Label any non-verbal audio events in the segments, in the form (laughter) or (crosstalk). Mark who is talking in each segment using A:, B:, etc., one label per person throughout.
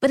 A: But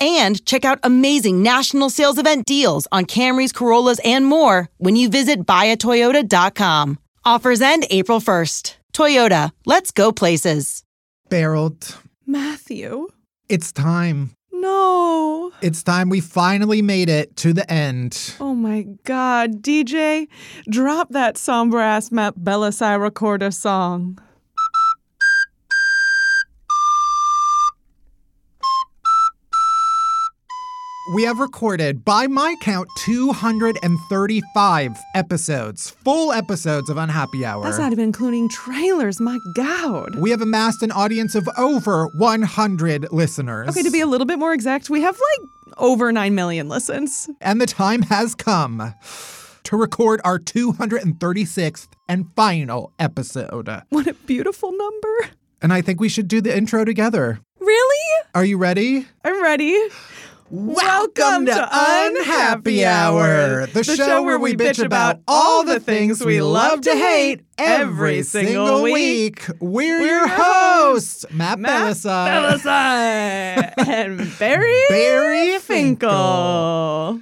B: and check out amazing national sales event deals on Camrys, Corollas, and more when you visit buyatoyota.com. Offers end April 1st. Toyota, let's go places.
C: Barold,
D: Matthew?
C: it's time.
D: No.
C: It's time we finally made it to the end.
D: Oh my god, DJ, drop that somber ass Map Bellisai recorder song.
C: We have recorded, by my count, 235 episodes, full episodes of Unhappy Hour.
D: That's not e- even including trailers, my god.
C: we have amassed an audience of over 100 listeners.
D: Okay, to be a little bit more exact, we have like over 9 million listens. (laughs)
C: and the time has come to record our 236th and final episode.
D: What a beautiful number.
C: And I think we should do the intro together.
D: Really?
C: Are you ready?
D: I'm ready.
C: Welcome to Unhappy Hour, the show where we bitch about all the things we love to hate every single week. We're your hosts, Matt
D: Matt
C: Belisai.
D: Belisai and Barry,
C: Barry
D: Finkel.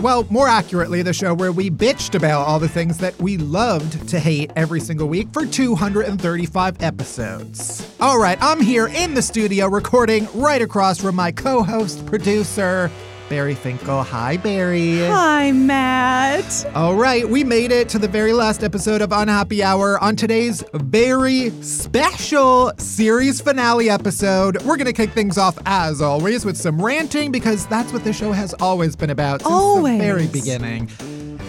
C: Well, more accurately, the show where we bitched about all the things that we loved to hate every single week for 235 episodes. All right, I'm here in the studio recording right across from my co host, producer, Barry Finkel. Hi, Barry.
D: Hi, Matt.
C: All right, we made it to the very last episode of Unhappy Hour. On today's very special series finale episode, we're going to kick things off as always with some ranting because that's what the show has always been about since
D: Always.
C: the very beginning.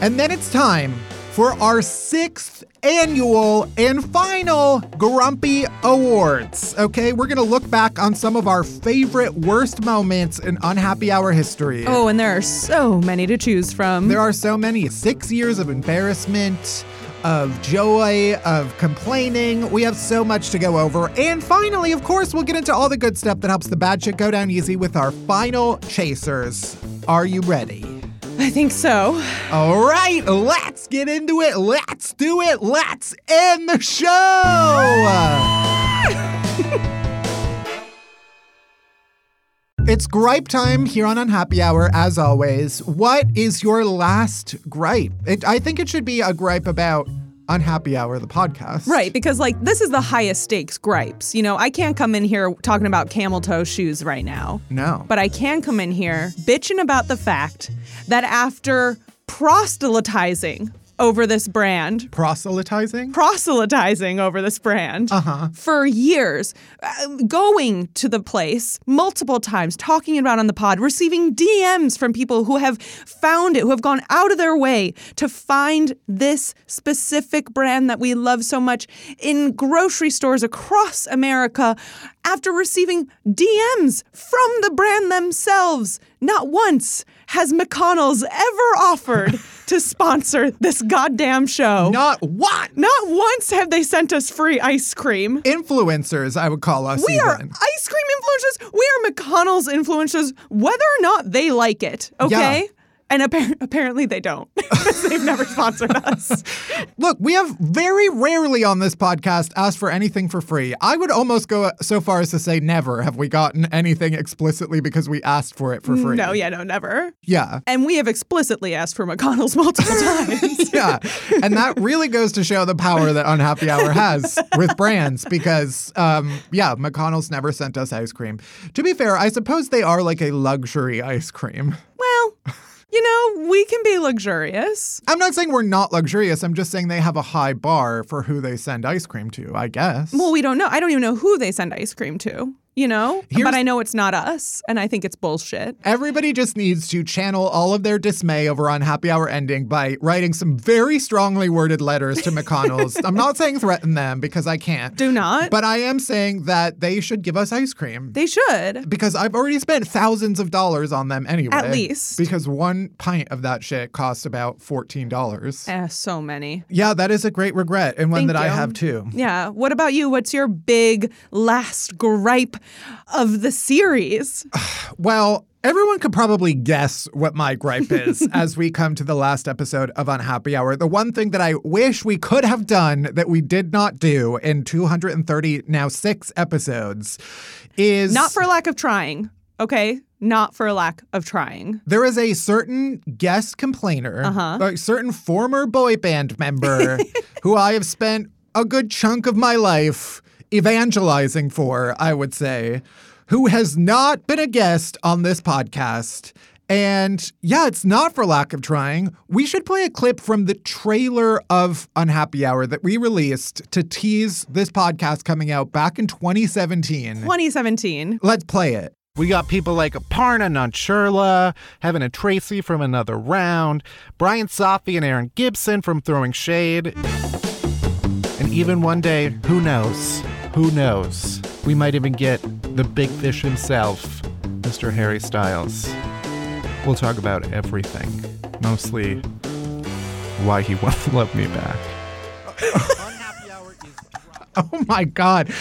C: And then it's time for our sixth annual and final Grumpy Awards. Okay, we're going to look back on some of our favorite worst moments in Unhappy Hour history.
D: Oh, and there are so many to choose from.
C: Um, There are so many. Six years of embarrassment, of joy, of complaining. We have so much to go over. And finally, of course, we'll get into all the good stuff that helps the bad shit go down easy with our final chasers. Are you ready?
D: I think so.
C: All right, let's get into it. Let's do it. Let's end the show. (laughs) It's gripe time here on Unhappy Hour, as always. What is your last gripe? It, I think it should be a gripe about Unhappy Hour, the podcast.
D: Right, because like this is the highest stakes gripes. You know, I can't come in here talking about camel toe shoes right now,
C: No.
D: but I can come in here bitching about the fact that after proselytizing over this brand,
C: Proselytizing?
D: proselytizing over this brand for years, uh, going to the place multiple times, talking about it on the pod, receiving DMs from people who have found it, who have gone out of their way to find this specific brand that we love so much in grocery stores across America after receiving DMs from the brand themselves. Not once has McConnell's ever offered to sponsor this goddamn show.
C: Not what?
D: Not once have they sent us free ice cream.
C: Influencers, I would call us
D: We
C: even.
D: are ice cream influencers. We are McConnell's influencers, whether or not they like it. Okay.
C: Yeah.
D: And appar- apparently they don't. (laughs) 'Cause They've never sponsored us.
C: Look, we have very rarely on this podcast asked for anything for free. I would almost go so far as to say never have we gotten anything explicitly because we asked for it for (laughs) free.
D: Mm, No, yeah, no, never. (laughs)
C: Yeah.
D: And we have explicitly asked for McConnell's (laughs)
C: (laughs)
D: multiple times.
C: Yeah. And that really goes to show the power that Unhappy Hour has with brands because, um, yeah, McConnell's never sent us ice cream. To be fair, I suppose they are like a luxury ice cream.
D: well, you know, we can be luxurious.
C: I'm not saying we're not luxurious. I'm just saying they have a high bar for who they send ice cream to, I guess.
D: Well, we don't know. I don't even know who they send ice cream to, you know?
C: Here's-
D: but I know it's not us, and I think it's bullshit.
C: Everybody just needs to channel all of their dismay over unhappy hour ending by writing some very strongly worded letters to
D: (laughs)
C: McConnell's. I'm not saying threaten them because I can't.
D: Do not.
C: But I am saying that they should give us ice cream.
D: they should.
C: because I've already spent thousands of dollars on them anyway.
D: At least.
C: Because one pint of that shit costs about $14.
D: Eh, so many.
C: yeah, that is a great regret and one
D: Thank
C: that I
D: you.
C: have too.
D: Yeah. What about you? What's your big last gripe of
C: (laughs)
D: the series?
C: Well, everyone could probably guess what my gripe
D: (laughs)
C: is as we come to the last episode of Unhappy Hour. The one thing that I wish we could have done that we did not do in 230, now six episodes, is
D: Not for lack of trying, okay? Not for lack of trying.
C: There is a certain guest complainer, a certain former boy band member who I have spent a good chunk of my life evangelizing for, I would say, who has not been a guest on this podcast. And yeah, it's not for lack of trying. We should play a clip from the trailer of Unhappy Hour that we released to tease this podcast coming out back in 2017.
D: 2017.
C: Let's play it.
E: We got people like Aparna Nancherla, having a Tracy from another round, Brian Safi and Aaron Gibson from Throwing Shade. And even one day, who knows? Who knows? We might even get the big fish himself, Mr. Harry Styles. We'll talk about everything, mostly why he (laughs) won't love me back. (laughs)
C: Oh my God.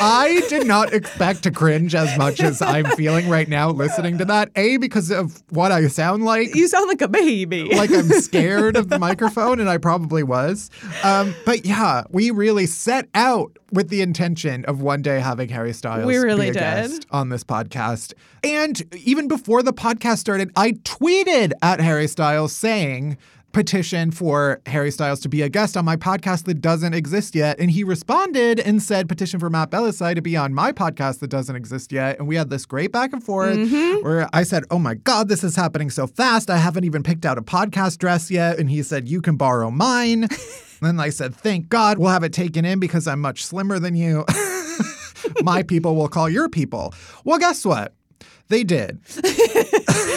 C: I did not expect to cringe as much as I'm feeling right now listening to that. A, because of what I sound like.
D: You sound like
C: (laughs)
D: a baby.
C: Like I'm scared of the microphone, and I probably was. Um, but yeah, we really set out with the intention of one day having Harry Styles
D: We really
C: be a
D: did.
C: guest on this podcast. And even before the podcast started, I tweeted at Harry Styles saying, petition for Harry Styles to be a guest on my podcast that doesn't exist yet. And he responded and said, petition for Matt Bellassai to be on my podcast that doesn't exist yet. And we had this great back and forth
D: Mm-hmm.
C: where I said, oh my God, this is happening so fast. I haven't even picked out a podcast dress yet. And he said, you can borrow mine.
D: (laughs)
C: and then I said, thank God we'll have it taken in because I'm much slimmer than you. (laughs) my people will call your people. Well, guess what? They did.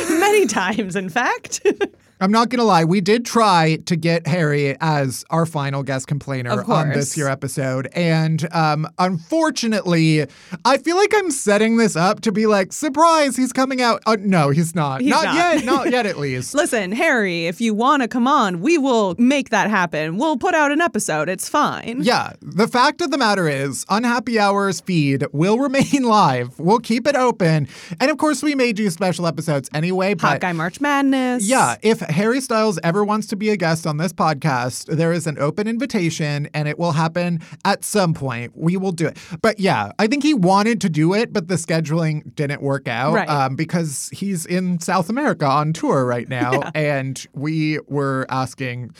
D: Many times, in fact. (laughs)
C: I'm not going to lie. We did try to get Harry as our final guest complainer
D: Of
C: on this
D: course.
C: year episode. And um, unfortunately, I feel like I'm setting this up to be like, surprise, he's coming out. Uh, no, he's not.
D: He's
C: not,
D: not.
C: yet.
D: (laughs)
C: Not yet, at least.
D: Listen, Harry, if you want to come on, we will make that happen. We'll put out an episode. It's fine.
C: Yeah. The fact of the matter is, Unhappy Hours feed will (laughs) remain live. We'll keep it open. And of course, we may do special episodes anyway. But
D: Hot Guy March Madness.
C: Yeah, if Harry Styles ever wants to be a guest on this podcast, there is an open invitation and it will happen at some point. We will do it. But yeah, I think he wanted to do it, but the scheduling didn't work out
D: Right.
C: um, because
D: (laughs)
C: he's in South America on tour right now. And we were asking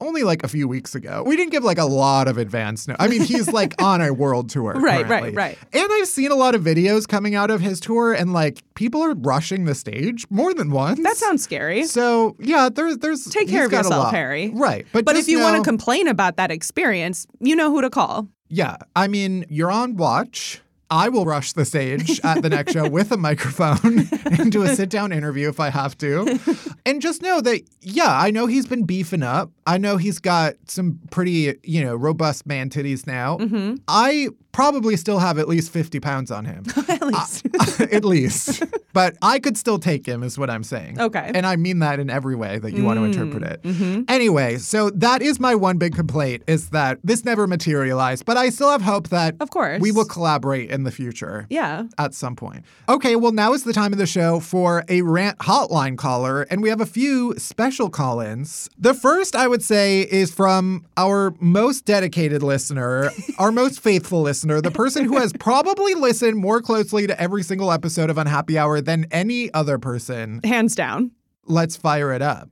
C: only like a few weeks ago. We didn't give like a lot of advance notice. I mean, he's
D: (laughs)
C: like on a world tour.
D: Right, right,
C: currently.
D: right.
C: And I've seen a lot of videos coming out of his tour, and like people are rushing the stage more than once.
D: That sounds scary.
C: So yeah, there's there's
D: Take
C: he's
D: care of
C: got a
D: yourself,
C: lot.
D: Harry.
C: Right, but
D: But
C: just
D: if you want
C: know-
D: to complain about that experience, you know who to call. (laughs)
C: yeah, I mean, you're on watch. I will rush the stage at the next show
D: (laughs)
C: with a microphone and do a sit down interview if I have to. And just know that, yeah, I know he's been beefing up. I know he's got some pretty, you know, robust man titties now.
D: Mm-hmm.
C: I probably still have at least 50 pounds on
D: (laughs)
C: him.
D: At least.
C: (laughs) at least. But I could still take him, is what I'm saying.
D: Okay. Mm, mm-hmm.
C: And I mean that in every way that you want to interpret it. Anyway, so that is my one big complaint is that this never materialized, but I still have hope that
D: Of course.
C: we will collaborate in the future.
D: yeah.
C: At some point. Okay, well, now is the time of the show for a rant hotline caller, and we have a few special call ins. The first, I would say, is from our most dedicated
D: (laughs)
C: listener, our most faithful listener, the person who has probably listened more closely to every single episode of Unhappy Hour than any other person.
D: Hands down.
C: Let's fire it up.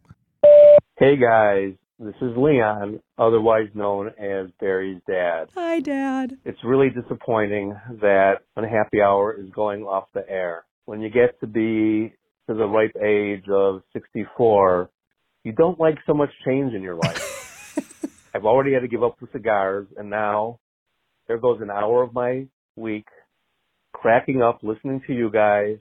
F: Hey guys, this is Leon, otherwise known as Barry's dad.
D: Hi, Dad.
F: It's really disappointing that Unhappy Hour is going off the air. When you get to be to the ripe age of 64, you don't like so much change in your life. I've already had to give up the cigars, and now there goes an hour of my week cracking up, listening to you guys,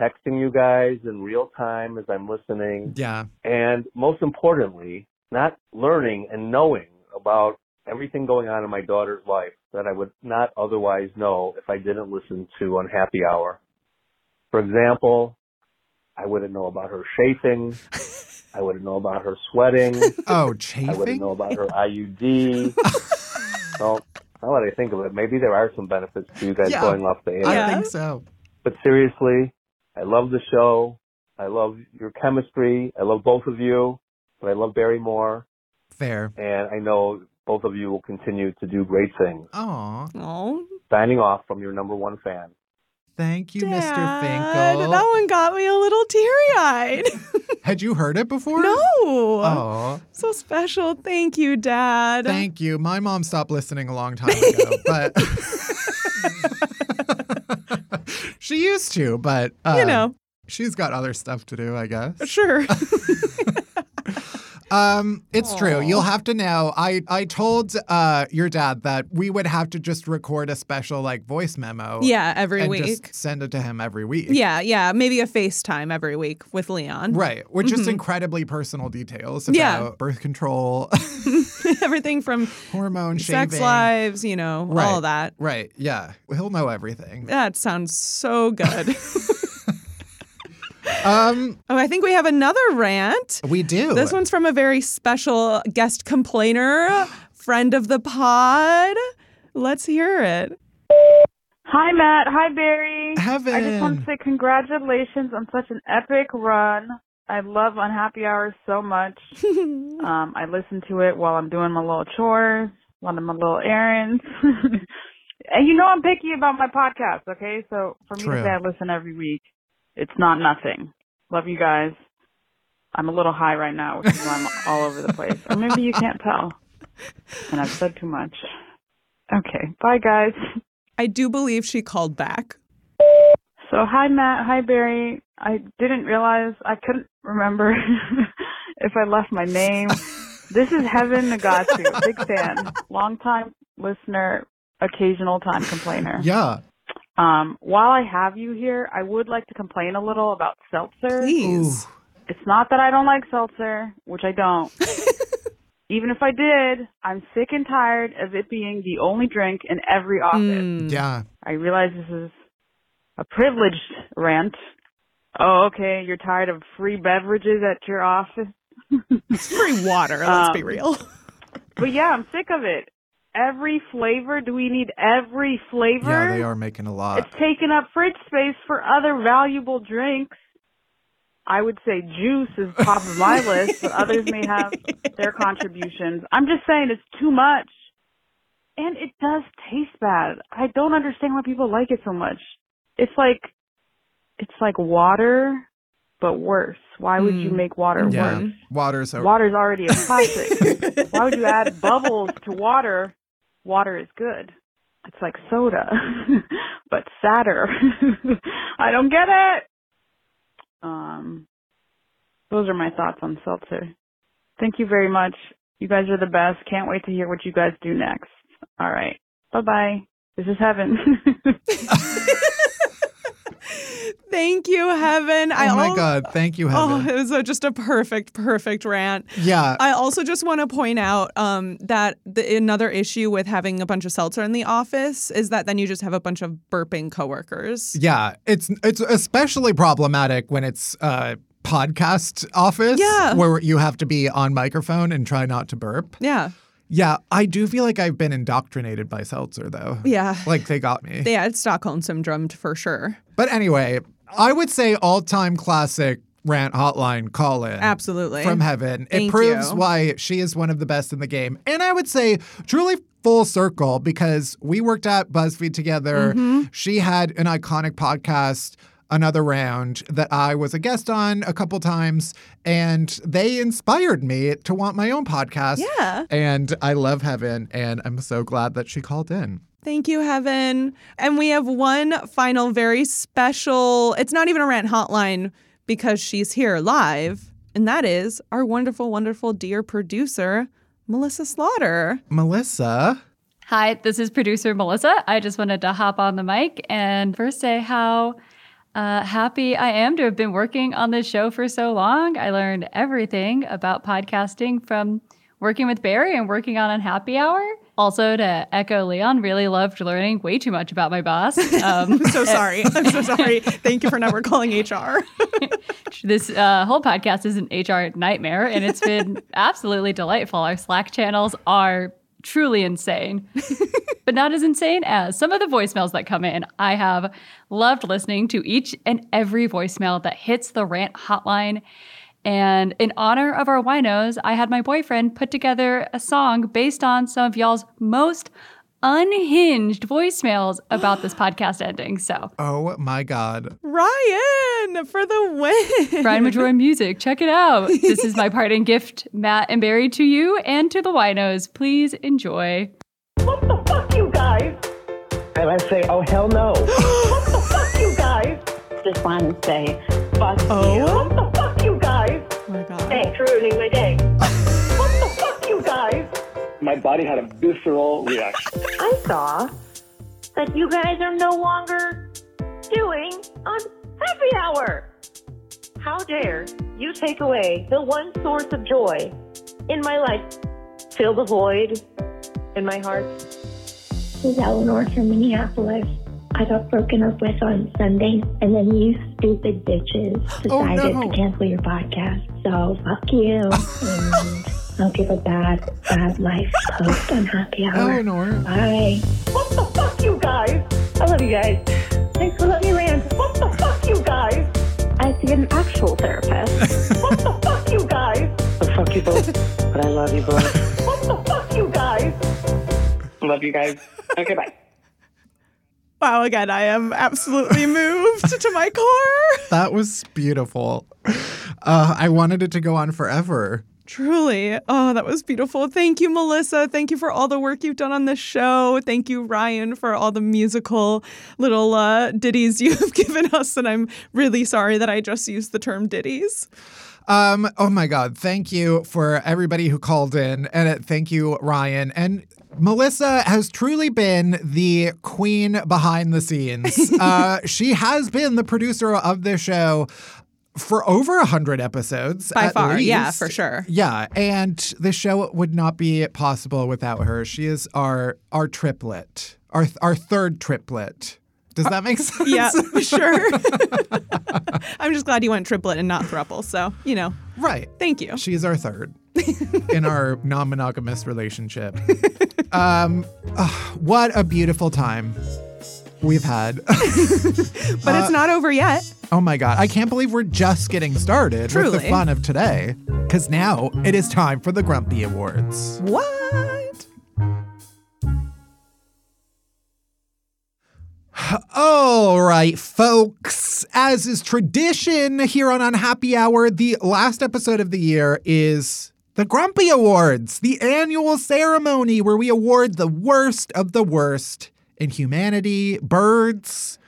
F: texting you guys in real time as I'm listening
C: Yeah.
F: and most importantly, not learning and knowing about everything going on in my daughter's life that I would not otherwise know if I didn't listen to Unhappy Hour. For example, I wouldn't know about her
C: (laughs)
F: chafing. I wouldn't know about her sweating.
D: (laughs)
C: Oh,
F: I wouldn't know
C: chafing?
F: about her (laughs) IUD. so, now that I think of it, maybe there are some benefits to you guys
C: Yeah.
F: going off the air.
C: I
D: Yeah.
C: think so.
F: But seriously, I love the show. I love your chemistry. I love both of you, but I love Barry more.
C: Fair.
F: And I know both of you will continue to do great things.
C: Aw.
D: Oh,
F: Signing off from your number one fan.
C: Thank you,
D: Dad.
C: Mr. Finkel.
D: That one got me a little teary
C: (laughs)
D: eyed.
C: Had you heard it before?
D: no.
C: Oh,
D: So special. Thank you,
C: (laughs)
D: Dad.
C: thank you. My mom stopped listening a long time
D: (laughs)
C: ago, but (laughs) she used to. But uh,
D: you know,
C: she's got other stuff to do, I guess. (laughs)
D: sure.
C: Um, it's true.
D: Aw.
C: You'll have to now. I I told uh your dad that we would have to just record a special like voice memo.
D: yeah, every
C: and
D: week.
C: just send it to him every week.
D: Yeah, yeah. Maybe a FaceTime every week with Leon.
C: Right, with just incredibly personal details about
D: Mm-hmm. Yeah.
C: birth control,
D: (laughs)
C: (laughs)
D: Everything from
C: hormone
D: sex
C: shaving.
D: lives, you know, all
C: Right.
D: that.
C: Right, yeah. He'll know everything.
D: That sounds so good.
C: (laughs) Um,
D: oh, I think we have another rant.
C: we do.
D: This one's from a very special
C: (gasps)
D: guest complainer, friend of the pod. Let's hear it.
G: Hi, Matt. Hi, Barry. I
C: Heaven.
G: just want to say congratulations on such an epic run. I love Unhappy Hours so much. um, I listen to it while I'm doing my little chores, one of my little errands. (laughs) and you know I'm picky about my podcast, okay? So for me
C: True.
G: to say I listen every week, it's not nothing. Love you guys. I'm a little high right now, which is why I'm all over the place. Or maybe you can't tell. And I've said too much. Okay. Bye, guys.
D: I do believe she called back.
G: So hi Matt, hi Barry. I didn't realize I couldn't remember (laughs) if I left my name. this is Heaven Nagasu, big fan, long time listener, occasional time complainer.
C: yeah.
G: Um, while I have you here, I would like to complain a little about seltzer.
D: Please.
G: It's not that I don't like seltzer, which
D: (laughs)
G: I don't. Even if I did, I'm sick and tired of it being the only drink in every office.
D: Mm.
C: Yeah.
G: I realize this is a privileged rant. Oh, okay, you're tired of free beverages at your office.
D: It's free water, let's be
G: Um,
D: real. (laughs)
G: But yeah, I'm sick of it. Every flavor, do we need every flavor?
C: Yeah, they are making a lot.
G: It's taking up fridge space for other valuable drinks. I would say juice is top of my list, but others may have their contributions. I'm just saying it's too much. And it does taste bad. I don't understand why people like it so much. It's like it's like water but worse. Why would you make water
C: Yeah.
G: worse?
C: Water's over.
G: Water's already a classic. Why would you add bubbles to water? Water is good. It's like soda, (laughs) but sadder. (laughs) I don't get it. Um, those are my thoughts on seltzer. Thank you very much. You guys are the best. Can't wait to hear what you guys do next. All right. Bye bye. This is heaven. (laughs)
D: Thank you, Heaven. I
C: oh my
D: al-
C: God. Thank you,
D: Oh,
C: Heaven. Uh,
D: it was a, just a perfect, perfect rant.
C: (laughs) yeah.
D: I also just want to point out um, that the, another issue with having a bunch of seltzer in the office is that then you just have a bunch of burping coworkers.
C: yeah. It's it's especially problematic when it's uh podcast office
D: Yeah.
C: where you have to be on microphone and try not to burp.
D: Yeah,
C: Yeah, I do feel like I've been indoctrinated by seltzer though.
D: yeah,
C: Like they got me.
D: yeah. It's Stockholm syndrome for sure.
C: But anyway, I would say all-time classic rant hotline call in.
D: Absolutely.
C: From heaven.
D: Thank
C: it proves
D: you.
C: why she is one of the best in the game. And I would say truly full circle because we worked at BuzzFeed together.
D: Mm-hmm.
C: She had an iconic podcast, Another Round, that I was a guest on a couple times. And they inspired me to want my own podcast.
D: Yeah.
C: And I love Heaven. And I'm so glad that she called in.
D: Thank you, Heaven. And we have one final, very special. It's not even a rant hotline because she's here live, and that is our wonderful, wonderful dear producer, Melissa Slaughter.
C: Melissa.
H: Hi, this is producer Melissa. I just wanted to hop on the mic and first say how uh, happy I am to have been working on this show for so long. I learned everything about podcasting from working with Barry and working on Unhappy Hour. Also, to echo Leon, really loved learning way too much about my boss. (laughs)
D: (laughs)
H: Um,
D: I'm so sorry. I'm so sorry. Thank you for never calling HR.
H: this uh, whole podcast is an HR nightmare, and it's been absolutely delightful. Our Slack channels are truly insane, but not as insane as some of the voicemails that come in. I have loved listening to each and every voicemail that hits the rant hotline. And in honor of our winos, I had my boyfriend put together a song based on some of y'all's most unhinged voicemails about this podcast ending. So,
C: Oh my God.
D: (laughs) Ryan for the win.
H: Brian Majora Music. Check it out. This is my parting gift, Matt and Barry, to you and to the winos. Please enjoy.
I: What the fuck, you guys?
J: And I say, oh, hell no.
I: What the fuck, you guys? Just want to say, fuck you. What the fuck, you guys?
D: Oh my God.
I: Thanks for ruining my
J: (laughs)
I: day. what the fuck, you guys?
J: My body had a visceral reaction.
I: I saw that you guys are no longer doing unhappy hour. How dare you take away the one source of joy in my life? Fill the void in my heart.
K: This is Eleanor from Minneapolis. I got broken up with on Sunday, and then you stupid bitches
C: Oh,
K: decided
C: no.
K: to cancel your podcast. So fuck you. and I'll give a bad, bad life post on happy
D: Oh.
K: hour.
C: Eleanor.
K: Bye.
I: What the fuck, you guys? I love you guys. Thanks for letting me land. What the fuck, you guys?
K: I have to get an actual therapist.
I: What the fuck, you guys?
J: So fuck you both. But I love you both.
I: What the fuck, you guys?
J: love you guys. Okay, bye.
D: Wow, again, I am absolutely moved to my core.
C: That was beautiful. Uh, I wanted it to go on forever.
D: Truly. Oh, that was beautiful. Thank you, Melissa. Thank you for all the work you've done on this show. Thank you, Ryan, for all the musical little uh, ditties (laughs) you've given us. And I'm really sorry that I just used the term
C: (laughs)
D: ditties.
C: Um, oh my God. Thank you for everybody who called in. And uh, thank you, Ryan. And Melissa has truly been the queen behind the
D: (laughs)
C: scenes. uh, she has been the producer of this show for over 100 episodes.
D: By
C: at
D: far. Yeah,
C: least.
D: for sure.
C: Yeah, and the show would not be possible without her. She is our our triplet, our our third triplet. Does that make (laughs) sense?
D: Uh, Yeah, sure. (laughs) I'm just glad you went triplet and not thruple. So, you know,
C: right.
D: thank you.
C: She's our third in our non monogamous relationship. um, ah, what a beautiful time we've had. (laughs)
D: But
C: uh,
D: it's not over yet.
C: oh my God. I can't believe we're just getting started with the
D: Truly.
C: fun of today. Because now it is time for the Grumpy Awards.
D: What?
C: All right, folks. As is tradition here on Unhappy Hour, the last episode of the year is the Grumpy Awards, the annual ceremony where we award the worst of the worst in humanity, birds,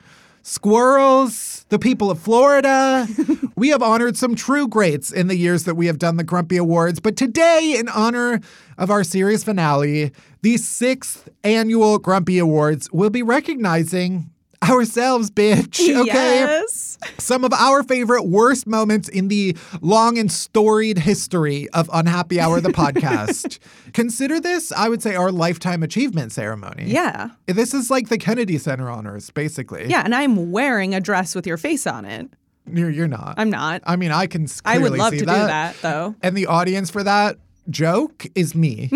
C: squirrels, the people of Florida. we have honored some true greats in the years that we have done the Grumpy Awards, but today, in honor of our series finale, the sixth annual Grumpy Awards, we'll be recognizing ourselves,
D: (laughs)
C: bitch. Okay.
D: Yes.
C: Some of our favorite worst moments in the long and storied history of Unhappy Hour, the
D: (laughs)
C: podcast. Consider this, I would say, our lifetime achievement ceremony.
D: Yeah.
C: This is like the Kennedy Center honors, basically.
D: Yeah, and I'm wearing a dress with your face on it.
C: You're, you're not.
D: I'm not.
C: I mean, I can s-
D: I would
C: clearly
D: love
C: see
D: to do that though.
C: And the audience for that joke is
D: (laughs)
C: me.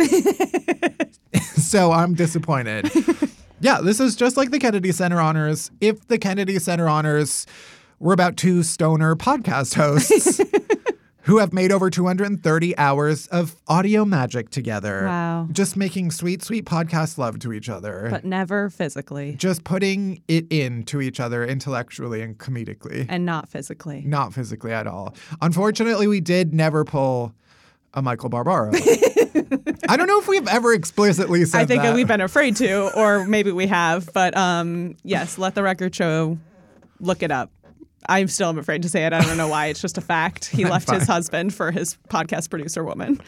C: so I'm disappointed. yeah, this is just like the Kennedy Center Honors. If the Kennedy Center Honors were about two stoner podcast hosts
D: (laughs)
C: who have made over 230 hours of audio magic together.
D: Wow.
C: Just making sweet, sweet podcast love to each other.
D: But never physically
C: just putting it into each other intellectually and comedically.
D: and not physically.
C: Not physically at all. Unfortunately, we did never pull a Michael
D: (laughs)
C: Barbaro. I don't know if we've ever explicitly said
D: I think
C: that.
D: we've been afraid to, or maybe we have, but um, yes, let the record show. Look it up. I'm still am afraid to say it. I don't know why. It's just a fact.
C: (laughs)
D: He left his husband for his podcast producer woman.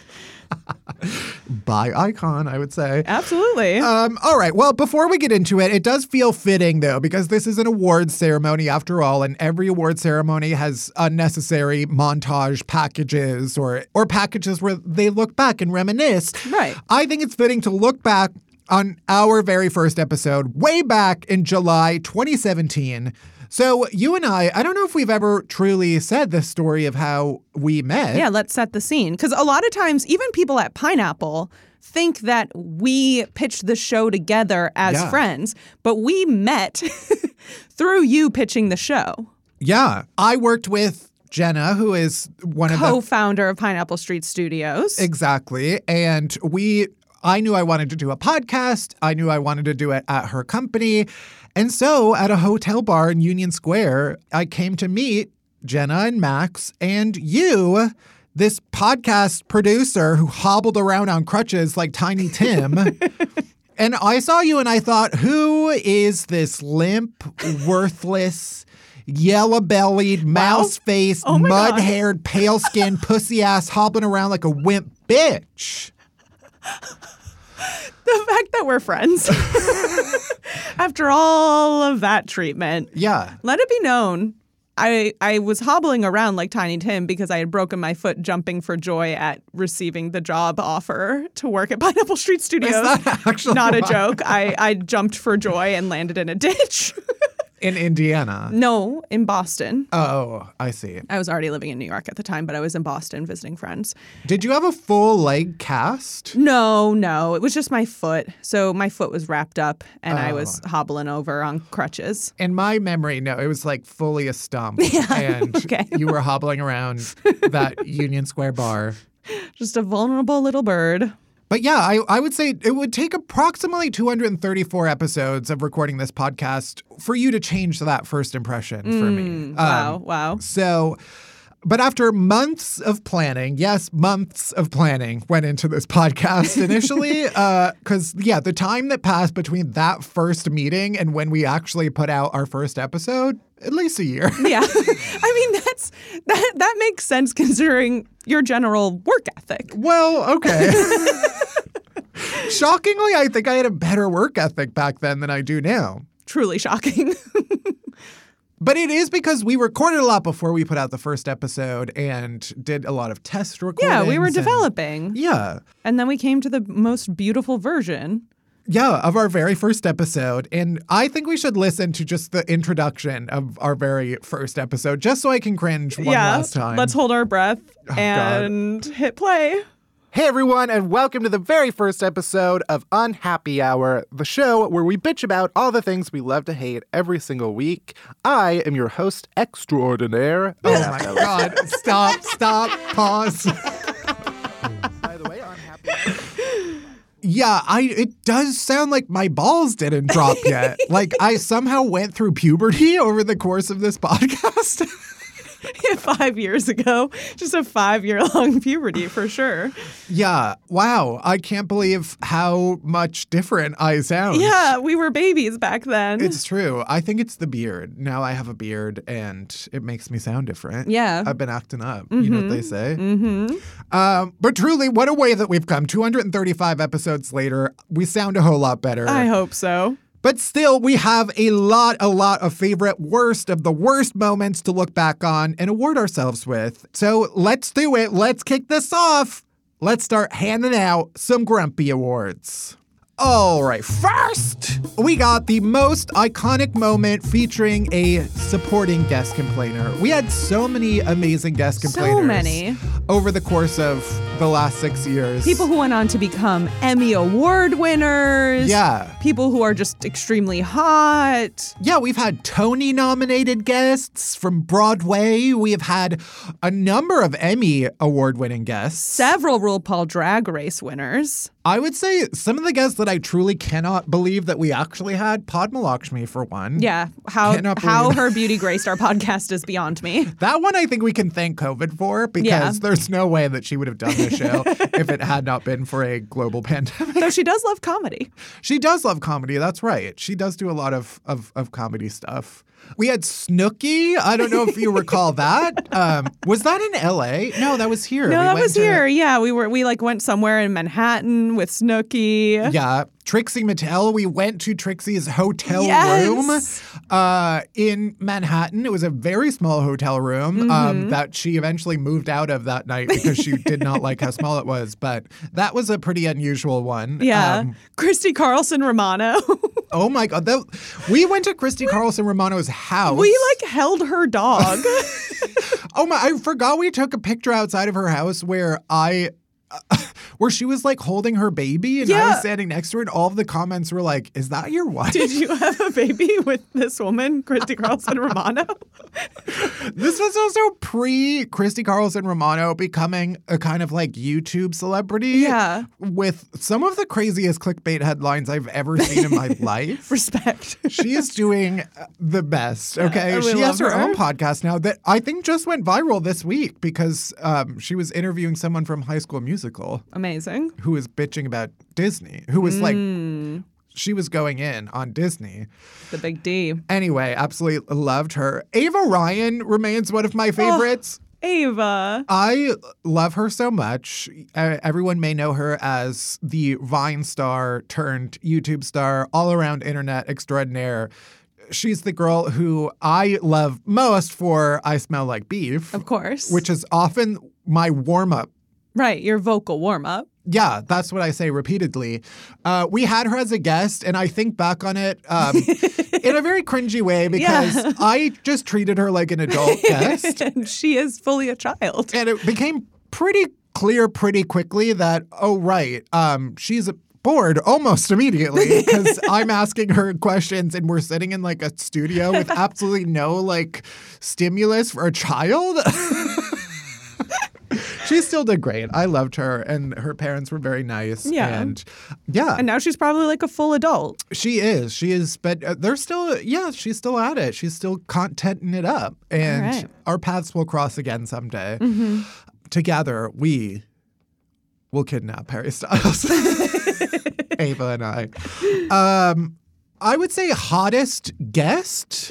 C: by icon, I would say.
D: Absolutely.
C: Um, all right. Well, before we get into it, it does feel fitting though, because this is an awards ceremony after all, and every award ceremony has unnecessary montage packages or or packages where they look back and reminisce.
D: Right.
C: I think it's fitting to look back on our very first episode, way back in July 2017. So you and I, I don't know if we've ever truly said the story of how we met.
D: Yeah, let's set the scene. Because a lot of times, even people at Pineapple think that we pitched the show together as
C: Yeah.
D: friends, but we met (laughs) through you pitching the show.
C: Yeah. I worked with Jenna, who is one of the
D: Co founder of Pineapple Street Studios.
C: Exactly. And we, I knew I wanted to do a podcast. I knew I wanted to do it at her company. And so at a hotel bar in Union Square, I came to meet Jenna and Max and you, this podcast producer who hobbled around on crutches like Tiny Tim. and I saw you and I thought, who is this limp, worthless, yellow bellied, mouse faced,
D: Oh my God.
C: mud haired, pale
D: (laughs)
C: skinned, pussy ass hobbling around like a wimp bitch?
D: (laughs) the fact that
C: (laughs)
D: we're friends after all of that treatment.
C: Yeah.
D: Let it be known. I, I was hobbling around like Tiny Tim because I had broken my foot jumping for joy at receiving the job offer to work at (laughs) Pineapple Street Studios.
C: that actually
D: (laughs) Not a
C: (laughs) why?
D: joke. I, I jumped for joy and landed in a ditch. (laughs)
C: In Indiana.
D: no, in Boston.
C: Oh, I see.
D: I was already living in New York at the time, but I was in Boston visiting friends.
C: Did you have a full leg cast?
D: No, no, it was just my foot. So my foot was wrapped up and I was
C: Oh.
D: hobbling over on crutches.
C: In my memory, no, it was like fully a
D: (laughs)
C: stump. and
D: okay.
C: you were hobbling
D: (laughs)
C: around that Union Square bar.
D: Just a vulnerable little bird.
C: But yeah, I, I would say it would take approximately 234 episodes of recording this podcast for you to change that first impression for me. Um,
D: Wow, Oh, wow.
C: So, but after months of planning, yes, months of planning went into this podcast initially. Because, yeah, the time that passed between that first meeting and when we actually put out our first episode, at least a year. (laughs)
D: Yeah. (laughs) I mean, that's that that makes sense considering your general work ethic.
C: Well, okay. Shockingly, I think I had a better work ethic back then than I do now.
D: Truly shocking. (laughs)
C: But it is because we recorded a lot before we put out the first episode and did a lot of test recordings.
D: yeah, we were
C: and-
D: developing.
C: Yeah.
D: And then we came to the most beautiful version.
C: Yeah, of our very first episode. And I think we should listen to just the introduction of our very first episode, just so I can cringe one
D: yeah.
C: last time. Oh,
D: Let's hold our breath
C: God.
D: and hit play. (laughs)
E: Hey everyone, and welcome to the very first episode of Unhappy Hour, the show where we bitch about all the things we love to hate every single week. I am your host extraordinaire.
C: Oh my God. Stop, stop, pause.
E: By the way, Unhappy Hour.
C: Yeah, I it does sound like my balls didn't drop yet. like I somehow went through puberty over the course of this podcast. (laughs)
D: five years ago. Just a five year long (laughs) puberty for sure.
C: yeah, wow. I can't believe how much different I sound.
D: Yeah, we were babies back then.
C: It's true. I think it's the beard. Now I have a beard and it makes me sound different.
D: Yeah.
C: I've been acting up. You know what they say?
D: mm-hmm.
C: Um, but truly, what a way that we've come. 235 episodes later, we sound a whole lot better.
D: I hope so.
C: But still, we have a lot, a lot of favorite worst of the worst moments to look back on and award ourselves with. So let's do it. Let's kick this off. Let's start handing out some grumpy awards. All right, first, we got the most iconic moment featuring a supporting guest complainer. We had so many amazing guest complainers.
D: many.
C: Over the course of the last six years.
D: People who went on to become Emmy Award winners.
C: Yeah.
D: People who are just extremely hot.
C: Yeah, we've had Tony nominated guests from Broadway. We have had a number of Emmy award winning guests.
D: Several RuPaul Drag Race winners.
C: I would say some of the guests that I truly cannot believe that we actually had Padma Lakshmi for one.
D: Yeah. How
C: Cannot believe
D: how
C: it.
D: her beauty graced our podcast is
C: (laughs)
D: beyond me.
C: That one I think we can thank COVID for because
D: Yeah.
C: there's no way that she would have done this
D: (laughs)
C: show if it had not been for a global (laughs) pandemic.
D: Though she does love comedy.
C: She does love comedy. That's right. She does do a lot of of, of comedy stuff. We had Snooki. I don't know if you recall
D: (laughs)
C: that. Um, was that in L.A.? No, that was here.
D: No,
C: We
D: that
C: went
D: was
C: to-
D: here. Yeah, we were we like went somewhere in Manhattan with Snooki.
C: Yeah, Trixie Mattel. We went to Trixie's hotel
D: Yes.
C: room uh, in Manhattan. It was a very small hotel room
D: Mm-hmm.
C: um, that she eventually moved out of that night because she did not like how small it was. But that was a pretty unusual one.
D: Yeah.
C: Um,
D: Christy Carlson Romano. (laughs)
C: oh my God. That, we went to Christy Carlson Romano's house.
D: we like held her dog.
C: (laughs)
D: (laughs)
C: Oh my! I forgot we took a picture outside of her house where I, (laughs) where she was like holding her baby, and I was
D: Yeah.
C: standing next to her, and all of the comments were like, "Is that your wife?"
D: Did you have a baby with this woman, Christy Carlson
C: (laughs)
D: Romano?
C: (laughs) this was also pre Christy Carlson Romano becoming a kind of like YouTube celebrity.
D: Yeah.
C: with some of the craziest clickbait headlines I've ever seen in my
D: (laughs)
C: life.
D: Respect.
C: She is doing uh, the best. Okay,
D: we
C: she has
D: love
C: her,
D: her.
C: own podcast now that I think just went viral this week because um, she was interviewing someone from High School Musical.
D: Amazing.
C: who was bitching about Disney, who was like, she was going in on Disney.
D: The big D.
C: Anyway, absolutely loved her. Ava Ryan remains one of my favorites.
D: Ava.
C: I love her so much. Uh, everyone may know her as the Vine star turned YouTube star, all around internet extraordinaire. She's the girl who I love most for I Smell Like Beef,
D: Of course.
C: which is often my warm up
D: right, your vocal warm up.
C: Yeah, that's what I say repeatedly. Uh, we had her as a guest, and I think back on it um, in a very cringy way because
D: Yeah.
C: I just treated her like an adult guest.
D: (laughs) And she is fully a child.
C: (laughs) And it became pretty clear pretty quickly that, oh, right, um, she's bored almost immediately because I'm asking her questions and we're sitting in like a studio with absolutely no like stimulus for a child. She still did great. I loved her, and her parents were very nice.
D: Yeah.
C: And yeah,
D: And now she's probably like a full adult.
C: she is. She is. But uh, they're still, yeah, she's still at it. She's still contenting it up. And
D: right. Mm-hmm.
C: our paths will cross again someday. Together, we will kidnap Harry
D: (laughs)
C: Styles. Ava and I. Um, I would say hottest guest,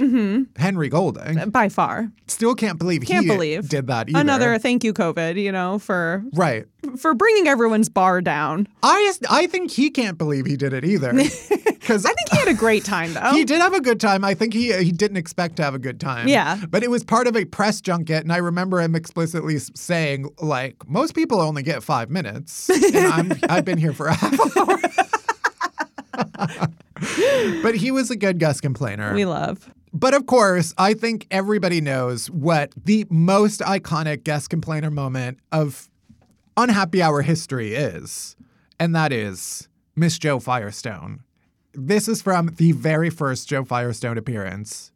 C: Henry Golding.
D: By far.
C: Still can't believe
D: Mm-hmm. Can't
C: he
D: believe.
C: did that either.
D: Another thank you, COVID, you know, for
C: Right.
D: for bringing everyone's bar down.
C: I, I think he can't believe he did it
D: (laughs)
C: either. Because
D: I think he had a great time
C: (laughs)
D: though.
C: He did have a good time. I think he he didn't expect to have a good time.
D: Yeah.
C: But it was part of a press junket, and I remember him explicitly s- saying, like, most people only get five minutes, and I'm, I've been here for a half hour. (laughs) but he was a good guest complainer.
D: We love.
C: But of course, I think everybody knows what the most iconic guest complainer moment of unhappy hour history is, and that is Miss Joe Firestone. This is from the very first Joe Firestone appearance.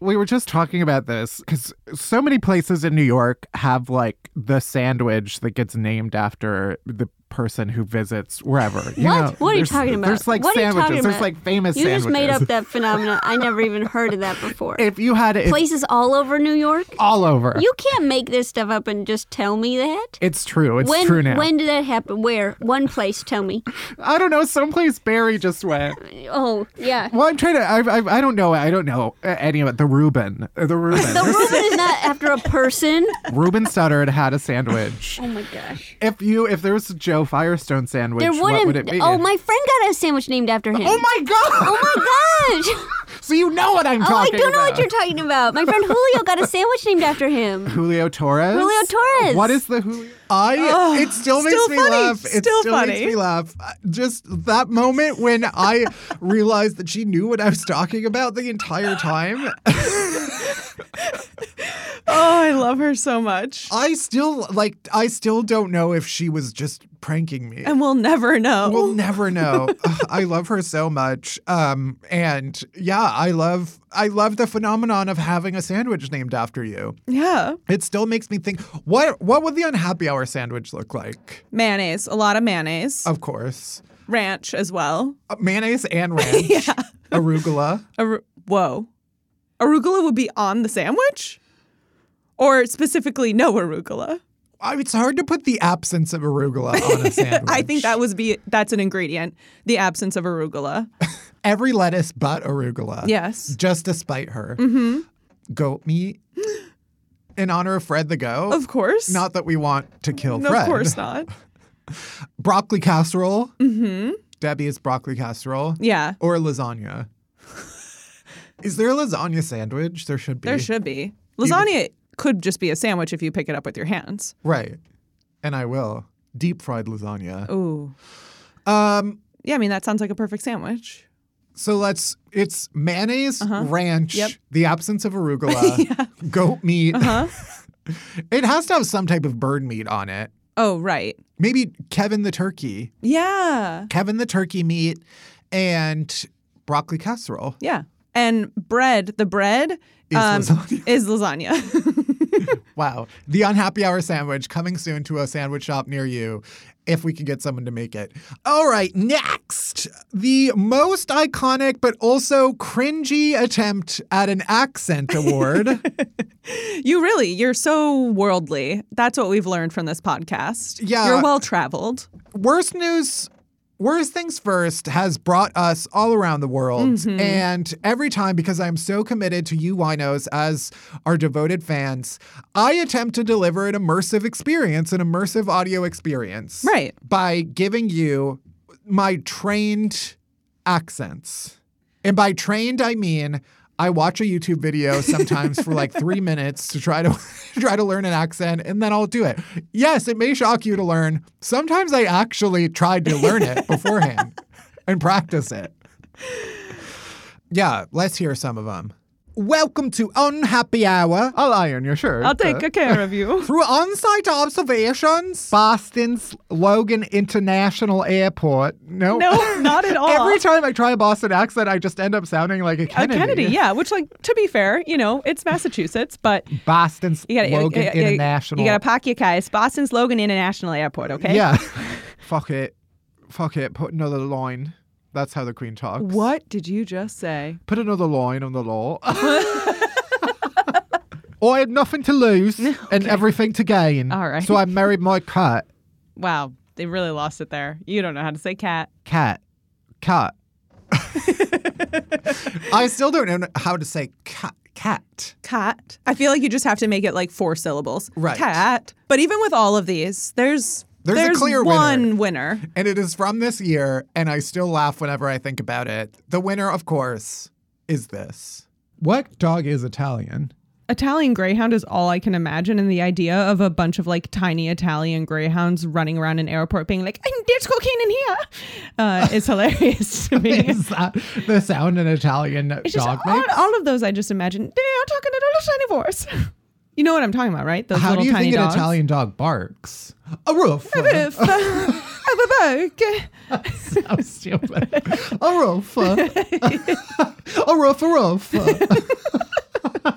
E: we were just talking about this because so many places in New York have like the sandwich that gets named after the person who visits wherever. (laughs) You
L: What?
E: know,
L: What are you
E: there's-
L: talking about?
E: There's like
L: What are you
E: sandwiches.
L: talking
E: There's
L: about?
E: like famous
L: You
E: sandwiches.
L: just made up that phenomenon. I never even heard of that
E: (laughs)
L: before.
E: If you had if-
L: places all over New York,
E: all over.
L: you can't make this stuff up and just tell me that.
E: It's true. It's
L: when,
E: true now.
L: When did that happen? Where? One place. Tell me.
E: I don't know. Someplace Barry just went.
L: Oh yeah.
E: Well, I'm trying to. I, I, I don't know. I don't know any of it. The Reuben. Uh, The Reuben.
L: (laughs) The Reuben is not after a person.
E: (laughs) Reuben Studdard had a sandwich.
L: Oh my gosh.
E: If you, if there was a Joe Firestone sandwich, what would it be?
L: Oh, my friend got a sandwich named after him.
E: Oh my god.
L: Oh my
M: (laughs)
L: gosh.
E: (laughs) So you know what I'm
L: oh,
E: talking
L: I do know what
E: about.
L: you're talking about. My friend Julio got a sandwich named after him.
E: Julio Torres.
L: Julio Torres.
E: What is the Julio?
C: I
L: Oh,
C: it still makes
L: still
C: me
L: funny,
C: laugh. It
L: still
C: makes
L: funny.
C: me laugh. Uh, Just that moment when
L: (laughs)
C: I realized that she knew what I was talking about the entire time.
D: Oh, I love her so much.
C: I still like I still don't know if she was just pranking me.
D: And we'll never know.
L: (laughs)
C: We'll never know. Ugh, I love her so much. Um and yeah, I love I love the phenomenon of having a sandwich named after you.
D: Yeah.
C: It still makes me think what what would the unhappy hour sandwich look like?
D: Mayonnaise, a lot of mayonnaise.
C: Of course.
D: Ranch as well.
C: Uh, Mayonnaise and
D: (laughs)
C: ranch. Arugula.
D: Ar- whoa. Arugula would be on the sandwich? Or specifically, no arugula.
C: I- It's hard to put the absence of arugula on a sandwich.
D: (laughs) I think that was be that's an ingredient. The absence of arugula.
C: every lettuce but arugula.
D: Yes.
C: Just to spite her.
D: Mm-hmm.
C: Goat
D: (gasps)
C: meat in honor of Fred the Goat.
D: (laughs) Of course.
C: Not that we want to kill
D: No,
C: Fred. (laughs)
D: of course (laughs) not.
C: Broccoli casserole.
D: Mm-hmm.
C: Debbie's broccoli casserole.
D: Yeah.
C: Or
D: (laughs)
C: lasagna. Is there a lasagna sandwich? There should be.
D: There should be. Lasagna could just be a sandwich if you pick it up with your hands.
C: Right. And I will. Deep fried lasagna.
D: Ooh.
C: Um,
D: Yeah, I mean that sounds like a perfect sandwich.
C: So let's. It's mayonnaise,
D: Uh-huh.
C: ranch,
D: Yep.
C: the absence of
D: (laughs)
C: arugula, goat meat.
D: Uh-huh.
C: (laughs) It has to have some type of bird meat on it.
D: oh, right.
C: Maybe Kevin the turkey,
D: Yeah.
C: Kevin the turkey meat, and broccoli casserole.
D: Yeah. And bread, the bread um,
C: Is lasagna.
D: is lasagna. (laughs)
C: Wow, the unhappy hour sandwich coming soon to a sandwich shop near you. If we can get someone to make it. All right, next. The most iconic but also cringy attempt at an
D: (laughs)
C: accent award.
D: you really, you're so worldly. That's what we've learned from this podcast.
C: Yeah.
D: You're well traveled.
C: worst news worst things first has brought us all around the world
D: Mhm.
C: and every time because i'm so committed to you winos as our devoted fans i attempt to deliver an immersive experience an immersive audio experience
D: Right.
C: by giving you my trained accents and by trained i mean I watch a YouTube video sometimes for
E: (laughs)
C: like three minutes to try to (laughs) try to learn an accent, and then I'll do it. Yes, it may shock you to learn. Sometimes I actually tried to learn
E: (laughs)
C: it beforehand and practice it. Yeah, let's hear some of them. Welcome to Unhappy Hour.
E: I'll iron your shirt.
D: I'll take
E: Uh,
D: good care of (laughs) you.
C: Through on-site observations,
E: Boston's Logan International Airport. No.
C: (laughs)
D: no, not at all.
E: Every time I try a Boston accent, I just end up sounding like a
D: Uh,
E: Kennedy.
D: Kennedy, yeah, which, like, to be fair, you know, it's Massachusetts, but
E: Boston's
D: you got to
E: Logan International.
D: You got to pack your case. Boston's Logan International Airport, okay?
E: Yeah. (laughs) Fuck it. Fuck it. Put another line. That's how the Queen talks.
D: What did you just say?
E: Put another line on the
D: (laughs)
E: law. (laughs) Oh, I had nothing to
D: (laughs)
E: lose and everything to gain.
D: All right.
E: So I married my cat.
D: Wow, they really lost it there. You don't know how to say cat.
E: Cat.
D: (laughs)
E: (laughs) Cat.
C: I still don't know how to say cat. Cat.
D: Cat. I feel like you just have to make it like four syllables.
C: Right.
D: Cat. But even with all of these, there's
C: There's a clear winner.
D: one winner.
C: And it is from this year, and I still laugh whenever I think about it. The winner, of course, is this. What dog is
D: (laughs)
C: Italian?
D: Italian Greyhound is all I can imagine, and the idea of a bunch of like tiny Italian Greyhounds running around an airport, being like, "And "There's cocaine in here," uh, is hilarious to me.
E: (laughs) Is that the sound an Italian
D: It's just
E: dog
D: all,
E: makes?
D: all of those. I just imagine they are talking in a little tiny voice. You know what I'm talking about, right? Those
E: How
D: little
E: do you
D: tiny
E: think
D: dogs.
E: an Italian dog barks? A
D: (laughs)
E: roof.
D: If, uh, I were broke.
E: (laughs) so stupid. A roof. A roof, a
D: (laughs)
E: roof.
D: Um,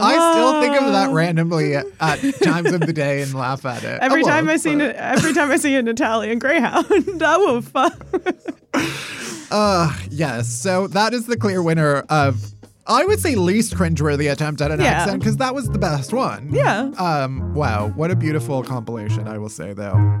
C: I still think of that randomly at, at times of the day and laugh at it.
D: Every
C: I won't,
D: time I see an, every time I see an Italian greyhound, (laughs) I will fuck.
C: Uh, yes. So that is the clear winner of, I would say, least cringeworthy attempt at an
D: Yeah.
C: accent because that was the best one.
D: Yeah.
C: Um. Wow. What a beautiful compilation, I will say though.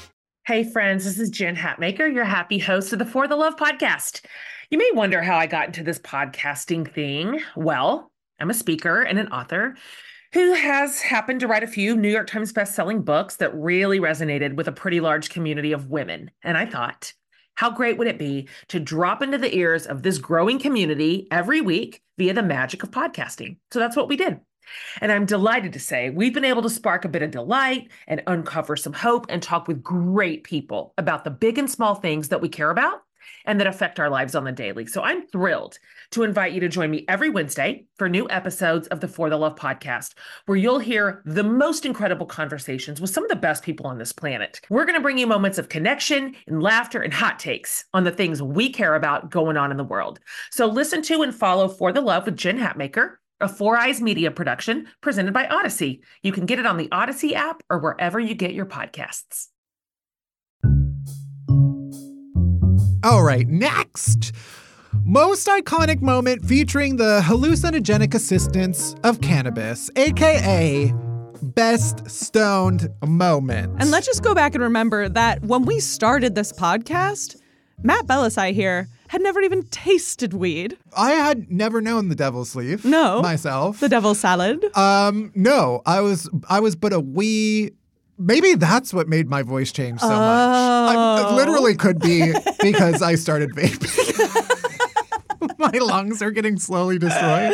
N: Hey, friends, this is Jen Hatmaker, your happy host of the For the Love podcast. You may wonder how I got into this podcasting thing. Well, I'm a speaker and an author who has happened to write a few New York Times best-selling books that really resonated with a pretty large community of women. And I thought, how great would it be to drop into the ears of this growing community every week via the magic of podcasting? So that's what we did. And I'm delighted to say we've been able to spark a bit of delight and uncover some hope and talk with great people about the big and small things that we care about and that affect our lives on the daily. So I'm thrilled to invite you to join me every Wednesday for new episodes of the For the Love podcast, where you'll hear the most incredible conversations with some of the best people on this planet. We're going to bring you moments of connection and laughter and hot takes on the things we care about going on in the world. So listen to and follow For the Love with Jen Hatmaker a Four Eyes Media production presented by Odyssey. You can get it on the Odyssey app or wherever you get your podcasts.
C: All right. Next, most iconic moment featuring the hallucinogenic assistance of cannabis, aka best stoned moment.
D: And let's just go back and remember that when we started this podcast, Matt Belisai here had never even tasted weed.
C: I had never known the devil's sleeve.
D: No.
C: Myself.
D: The devil's salad.
C: Um, no, I was I was but a wee. Maybe that's what made my voice change so much. I, it
D: Oh.
C: literally could
D: (laughs)
C: be because I started vaping. (laughs) my lungs are getting slowly destroyed.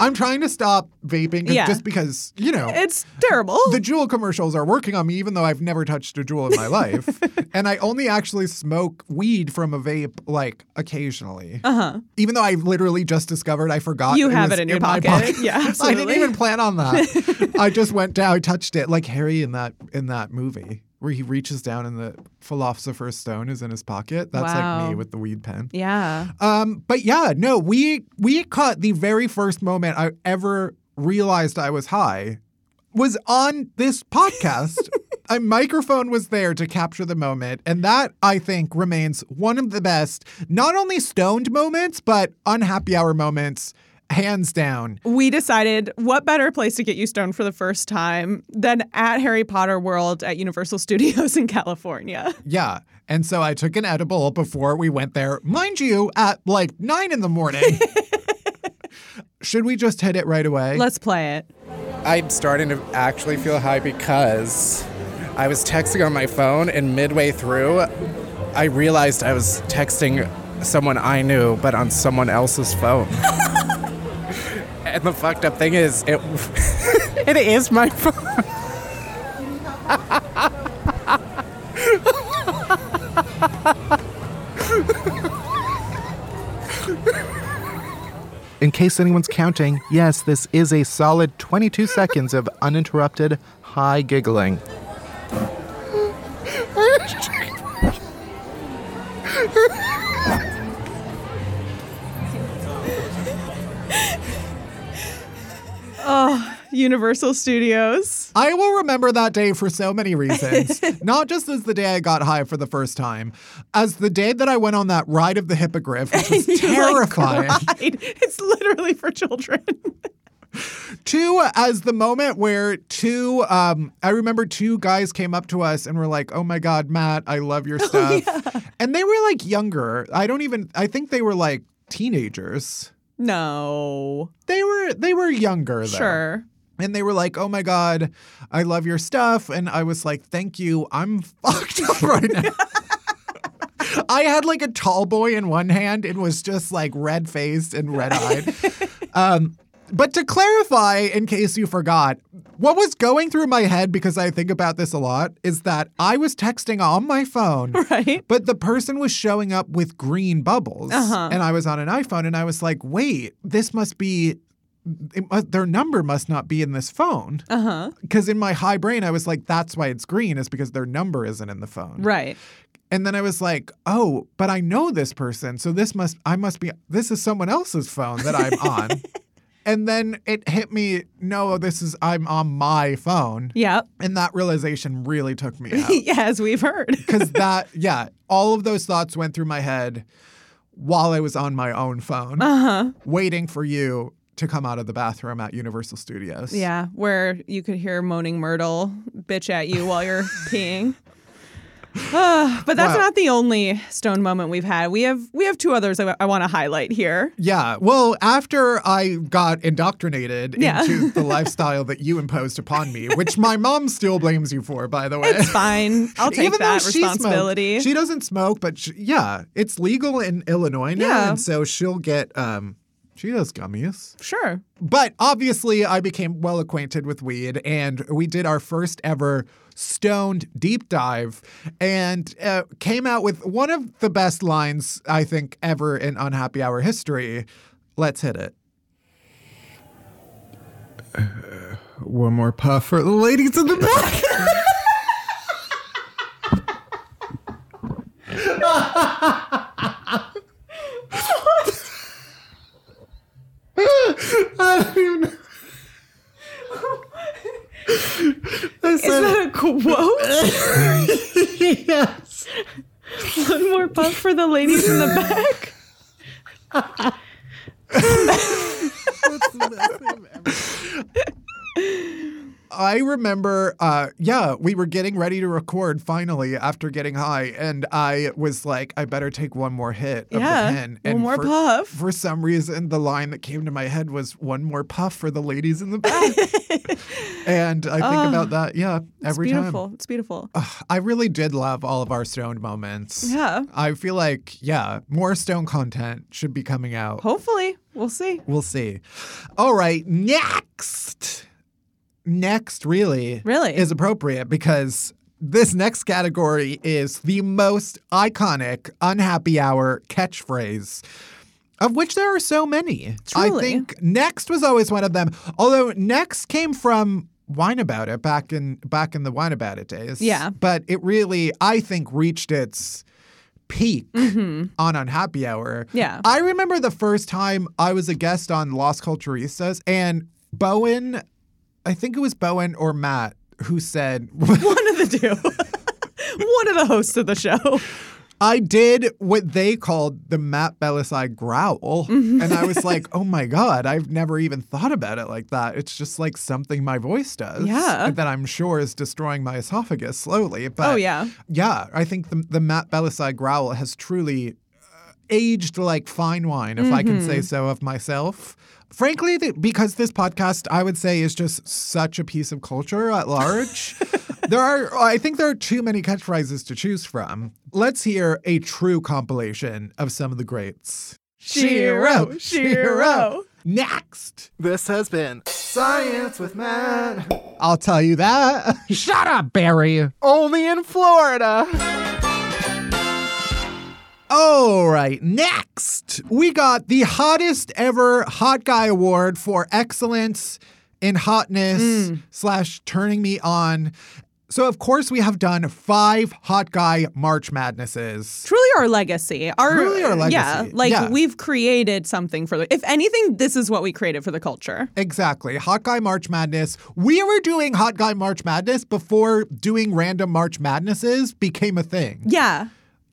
C: I'm trying to stop vaping 'cause-
D: Yeah.
C: just because you know
D: It's terrible.
C: The Juul commercials are working on me, even though I've never touched a Juul in
D: (laughs)
C: my life, and I only actually smoke weed from a vape like occasionally.
D: Uh huh.
C: Even though I literally just discovered I forgot
D: You have
C: was
D: it in your
C: my
D: pocket. (laughs) Yeah,
C: (laughs) I didn't
D: absolutely.
C: even plan on
D: (laughs)
C: that. I just went down, I touched it like Harry in that in that movie where he reaches down and the philosopher's stone is in his pocket. That's like
D: Wow.
C: me with the weed pen.
D: Yeah.
C: Um, but yeah, no, we we caught the very first moment I ever realized I was high was on this podcast. A microphone was there to capture the moment, and that I think remains one of the best, not only stoned moments, but unhappy hour moments, hands down.
D: We decided what better place to get you stoned for the first time than at Harry Potter World at Universal Studios in California.
C: Yeah. And so I took an edible before we went there, mind you, at like nine in the morning. Should we just hit it right away?
D: Let's play it.
O: I'm starting to actually feel high because I was texting on my phone, and midway through, I realized I was texting someone I knew, but on someone else's phone. (laughs) and the fucked up thing is, it (laughs) it is my phone.
E: In case anyone's counting, yes, this is a solid 22 seconds of uninterrupted high giggling.
D: Oh, Universal Studios.
C: I will remember that day for so
O: (laughs)
C: many reasons. Not just as the day I got high for the first time, as the day that I went on that ride
O: (laughs)
C: of the hippogriff, which was
D: (laughs) You, like,
C: terrifying.
D: cried. It's literally for children.
C: Two as the moment where two, um, I remember two guys came up to us and were like, "Oh my God, Matt, I love your stuff," and they were like younger. I don't even. I think they were like teenagers.
D: No,
C: they were they were younger. Though.
D: Sure.
C: And they were like, "Oh my god, I love your stuff," and I was like, "Thank you, I'm (laughs) fucked up right now." I had like a tall boy in one hand and was just like red faced and red eyed. um, but to clarify, in case you forgot, what was going through my head because I think about this a lot is that I was texting on my phone,
D: right?
C: But the person was showing up with green bubbles,
D: Uh-huh.
C: and I was on an iPhone, and I was like, "Wait, this must be." It, mu- their number must not be in this phone.
D: Uh huh.
C: Because in my high brain, I was like, that's why it's green, is because their number isn't in the phone.
D: Right.
C: And then I was like, oh, but I know this person. So this must, I must be, this is someone else's phone that I'm
D: (laughs)
C: on. and then it hit me, no, this is, I'm on my phone.
D: Yeah.
C: And that realization really took me out.
D: Yeah, (laughs) as we've heard.
C: Because that, yeah, all of those thoughts went through my head while I was on my own phone,
D: Uh-huh.
C: waiting for you to come out of the bathroom at Universal Studios.
D: Yeah, where you could hear moaning Myrtle bitch at you while
C: (laughs)
D: you're peeing. Ah, but that's
C: Wow.
D: not the only stone moment we've had. We have we have two others I, I want to highlight here.
C: Yeah. Well, after I got indoctrinated
D: Yeah. (laughs)
C: into the lifestyle that you imposed upon me, which my mom still blames you for, by the way. It's (laughs)
D: fine. I'll take
C: Even
D: that
C: though she smoked.
D: responsibility.
C: She doesn't smoke, but she, yeah, it's legal in Illinois now,
D: Yeah.
C: and so she'll get um, she does gummies.
D: Sure.
C: But obviously, I became well acquainted with weed, and we did our first ever stoned deep dive and uh, came out with one of the best lines, I think, ever in Unhappy Hour history. Let's hit it. Uh, One more puff for the ladies in the back.
P: I don't even know.
D: Is that a
C: (laughs)
D: quote?
P: yes.
D: One more puff for the
C: (laughs)
D: ladies in the back.
C: (laughs) I remember, uh, yeah, we were getting ready to record finally after getting high, and I was like, I better take one more hit of
D: Yeah,
C: the pen.
D: one
C: And
D: more
C: for,
D: puff.
C: For some reason, the line that came to my head was one more puff for the ladies in the
D: (laughs)
C: back. and I think
D: Ah,
C: about that, yeah, every
D: it's beautiful.
C: time.
D: It's beautiful.
C: Ugh, I really did love all of our stoned moments.
D: Yeah.
C: I feel like, yeah, more stone content should be coming out.
D: Hopefully, we'll see.
C: We'll see. All right, next. Next really
D: Really?
C: is appropriate because this next category is the most iconic unhappy hour catchphrase. Of which there are so many. I
D: Truly.
C: think next was always one of them. Although next came from Wine About It back in back in the Wine About It days.
D: Yeah.
C: But it really, I think, reached its peak on Unhappy Hour.
D: Mm-hmm. Yeah.
C: I remember the first time I was a guest on Los Culturistas and Bowen, I think it was Bowen or Matt who said, (laughs)
D: (laughs) One of the hosts of the show.
C: I did what they called the Matt Belisai growl.
D: Mm-hmm.
C: And I was
D: (laughs)
C: like, oh my God, I've never even thought about it like that. It's just like something my voice does.
D: Yeah.
C: That I'm sure is destroying my esophagus slowly. But
D: Oh, yeah.
C: Yeah. I think the, the Matt Belisai growl has truly uh, aged like fine wine, if I can
D: Mhm.
C: say so of myself. Frankly, th- because this podcast, I would say, is just such a piece of culture at large.
D: (laughs)
C: there are, I think, there are too many catchphrases to choose from. Let's hear a true compilation of some of the greats.
E: Shiro, Shiro.
C: Next.
E: This has been Science with Matt.
C: I'll tell you that. (laughs) Shut up, Barry.
E: Only in Florida.
C: All right, next, we got the hottest ever Hot Guy Award for excellence in hotness slash turning me on. So, of course, we have done five Hot Guy March Madnesses.
D: Truly our legacy. Our,
C: Truly our legacy.
D: Yeah. Like
C: Yeah.
D: we've created something for the if anything, this is what we created for the culture.
C: Exactly. Hot Guy March Madness. We were doing Hot Guy March Madness before doing random March Madnesses became a thing.
D: Yeah.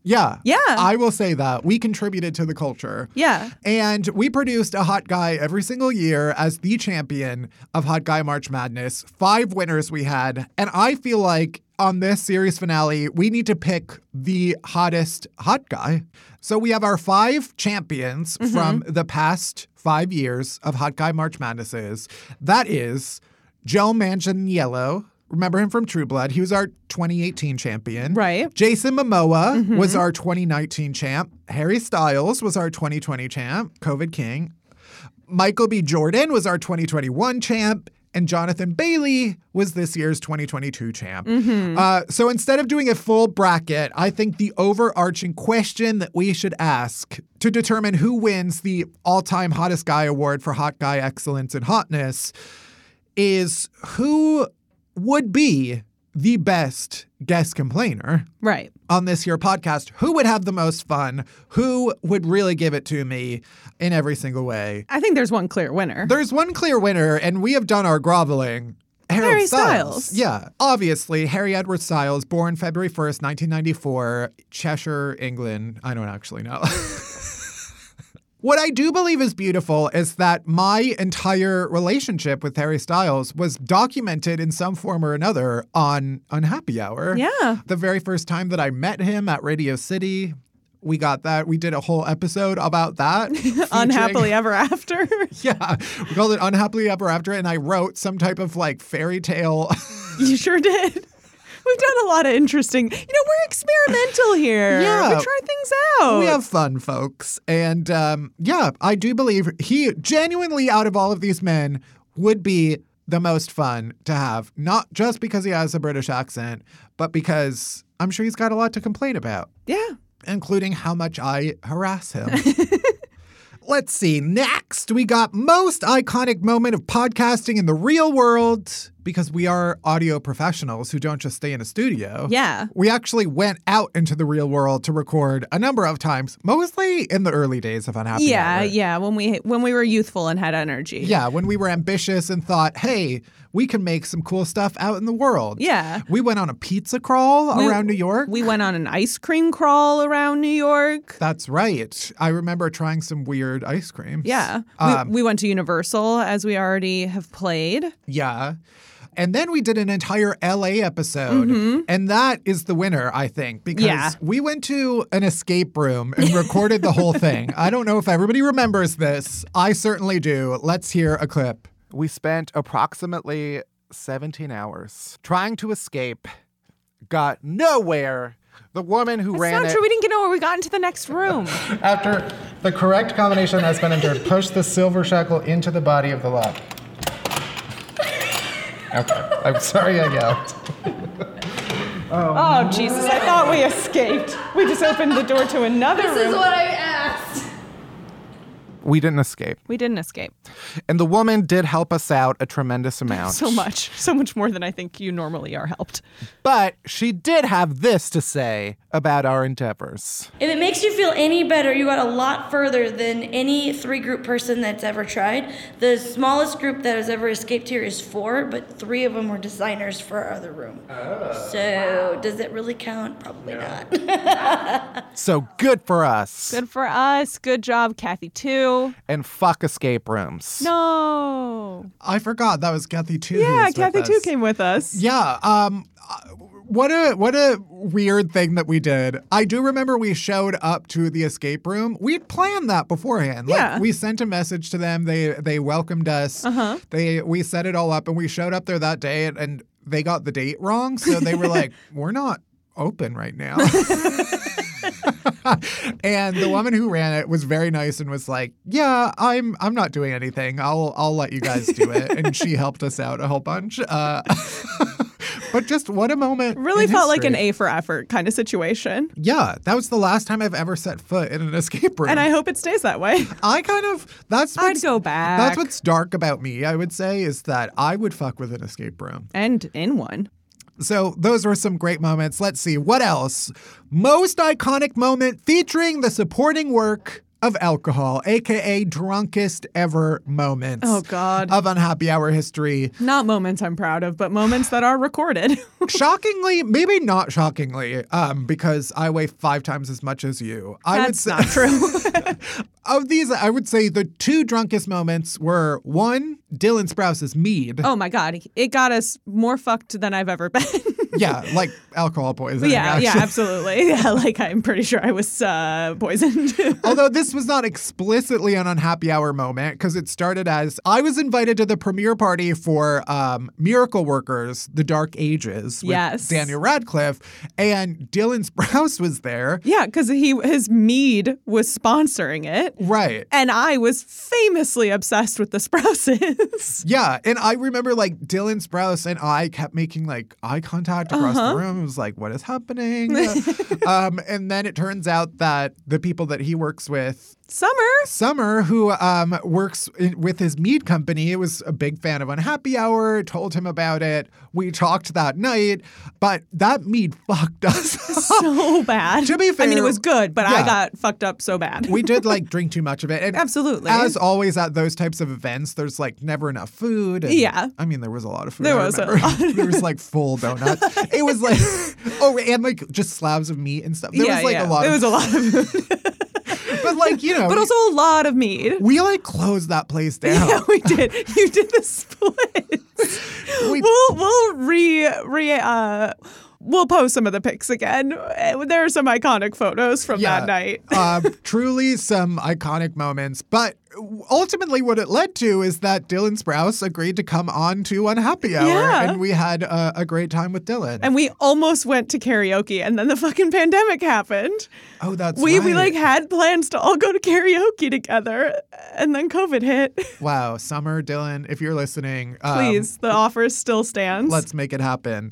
C: Yeah.
D: Yeah.
C: I will say that. We contributed to the culture.
D: Yeah.
C: And we produced a hot guy every single year as the champion of Hot Guy March Madness. Five winners we had. And I feel like on this series finale, we need to pick the hottest hot guy. So we have our five champions
D: Mm-hmm.
Q: Mhm.
C: from the past five years of Hot Guy March Madnesses. That is Joe Manganiello. Remember him from True Blood. He was our 2018 champion. Right. Jason Momoa was our 2019 champ. Harry Styles was our 2020 champ, COVID King. Michael B. Jordan was our 2021 champ. And Jonathan Bailey was this year's 2022 champ.
D: Mhm.
C: Uh, so instead of doing a full bracket, I think the overarching question that we should ask to determine who wins the all time hottest guy award for hot guy excellence and hotness is who would be the best guest complainer
D: right
C: on this here podcast who would have the most fun who would really give it to me in every single way
D: I think there's one clear winner.
C: there's one clear winner and we have done our groveling Harold
D: Harry
C: Styles.
D: Styles.
C: Yeah, obviously, Harry Edward Styles, born February 1st, 1994, Cheshire, England. I don't actually know. (laughs) What I do believe is beautiful is that my entire relationship with Harry Styles was documented in some form or another on Unhappy Hour.
D: Yeah.
C: The very first time that I met him at Radio City, we got that. We did a whole episode about that.
D: (laughs) Unhappily
C: featuring-
D: ever after. (laughs)
C: (laughs) yeah. We called it Unhappily Ever After, and I wrote some type of like fairy tale. (laughs)
D: you sure did. (laughs) We've done a lot of interesting. You know, we're experimental here.
C: Yeah.
D: We try things out.
C: We have fun, folks. And um, yeah, I do believe he genuinely, out of all of these men, would be the most fun to have, not just because he has a British accent, but because I'm sure he's got a lot to complain about.
D: Yeah.
C: Including how much I harass
D: (laughs)
C: him. Let's see. Next, we got most iconic moment of podcasting in the real world because we are audio professionals who don't just stay in a studio.
D: Yeah.
C: We actually went out into the real world to record a number of times, mostly in the early days of Unhappy
D: yeah,
C: Hour.
D: yeah. When we when we were youthful and had energy.
C: Yeah, when we were ambitious and thought, hey, we can make some cool stuff out in the world.
D: Yeah.
C: We went on a pizza crawl
D: We-
C: around New York.
D: We went on an ice cream crawl around New York.
C: That's right. I remember trying some weird ice creams.
D: Yeah.
C: Um,
D: we, we went to Universal as we already have played.
C: Yeah. And then we did an entire LA episode.
D: Mhm.
C: And that is the winner, I think, because
D: Yeah.
C: we went to an escape room and recorded the whole thing. I don't know if everybody remembers this. I certainly do. Let's hear a clip.
E: We spent approximately 17 hours trying to escape, got nowhere. The woman who
D: That's
E: ran
D: not
E: it.
D: true. We didn't get nowhere. We got into the next room.
E: After the correct combination has been entered, push the silver shackle into the body of the lock. Okay, I'm sorry I yelled.
D: oh, Jesus. I thought we escaped. We just opened the door to another room.
H: asked.
E: We didn't escape.
D: We didn't escape.
E: And the woman did help us out a tremendous amount.
D: So much. So much more than I think you normally are helped.
E: But she did have this to say about our endeavors.
R: If it makes you feel any better, you got a lot further than any three group person that's ever tried. The smallest group that has ever escaped here is four, but three of them were designers for our other room. so, does it really count? Probably not.
E: So good for us.
D: Good for us. Good job, Kathy, too.
E: And fuck escape rooms.
D: No.
C: I forgot that was Kathy too.
D: Yeah, Kathy too came with us.
C: Yeah. Um, uh, what a what a weird thing that we did. I do remember we showed up to the escape room. We had planned that beforehand. Like,
D: Yeah.
C: we sent a message to them. They they welcomed us.
D: Uh-huh.
C: They we set it all up and we showed up there that day and, and they got the date wrong. So they were
D: (laughs)
C: like, "We're not open right now." and the woman who ran it was very nice and was like, "Yeah, I'm I'm not doing anything. I'll I'll let you guys do it." and she helped us out a whole bunch. Uh, (laughs) but just what a moment!
D: Really
C: in
D: felt like an
C: history.
D: A for effort kind of situation.
C: Yeah, that was the last time I've ever set foot in an escape room.
D: And I hope it stays that way.
C: I kind of that's
D: I'd go back.
C: That's what's dark about me, I would say, is that I would fuck with an escape room.
D: And in one.
C: So those were some great moments. Let's see, what else? Most iconic moment featuring the supporting work of alcohol, aka drunkest ever moments.
D: Oh, God.
C: Of unhappy hour history.
D: Not moments I'm proud of, but moments that are recorded. (laughs)
C: shockingly, maybe not shockingly, um, because I weigh five times as much as you. I
D: That's not true.
C: (laughs) of these, I would say the two drunkest moments were one, Dylan Sprouse's mead.
D: Oh my god, it got us more fucked than I've ever been. (laughs)
C: Yeah, like alcohol poisoning.
D: yeah, yeah,
C: actually.
D: absolutely. (laughs) Yeah, like I'm pretty sure I was uh, poisoned.
C: (laughs)
D: (laughs)
C: Although this was not explicitly an unhappy hour moment, because it started as I was invited to the premiere party for um, Miracle Workers, The Dark Ages, with
D: Yes.
C: Daniel Radcliffe, and Dylan Sprouse was there.
D: yeah, because he his mead was sponsoring it,
C: right?
D: And I was famously obsessed with the Sprouses. (laughs)
C: Yeah, and I remember like Dylan Sprouse and I kept making like eye contact across
D: Uh-huh.
C: the room. It was like, what is
D: (laughs)
C: happening? um, and then it turns out that the people that he works with
D: Summer.
C: Summer, who um, works in, with his mead company, was a big fan of Unhappy Hour, told him about it. We talked that night, but that mead (laughs) fucked us
D: so bad.
C: To be fair,
D: I mean, it was good, but I
C: yeah.
D: got fucked up so bad.
C: we did like drink too much of it. And
D: Absolutely.
C: As always at those types of events, there's like never enough food. and-
D: Yeah.
C: I mean, there was a lot of food.
D: There
C: I
D: was a
C: remember. (laughs) there was like full donuts. It was
D: (laughs)
C: like oh, and like just slabs of meat and stuff. There
D: Yeah,
C: was like
D: yeah.
C: a lot.
D: There
C: of
D: was a lot of
C: (laughs)
D: (laughs)
C: but like you know,
D: but also a lot of mead.
C: We like closed that place down.
D: (laughs) Yeah, we did. You did the splits.
C: (laughs)
D: we, will we'll re re uh we'll post some of the pics again. Uh, There are some iconic photos from that night.
C: (laughs) uh, truly some iconic moments. But ultimately, what it led to is that Dylan Sprouse agreed to come on to Unhappy Hour,
D: Yeah.
C: and we had uh, a great time with Dylan.
D: And we almost went to karaoke, and then the fucking pandemic happened.
C: Oh, that's
D: we we
C: right.
D: like had plans to all go to karaoke together, and then COVID hit.
C: wow, Summer, Dylan, if you're listening, um,
D: Please, the offer still stands.
C: Let's make it happen.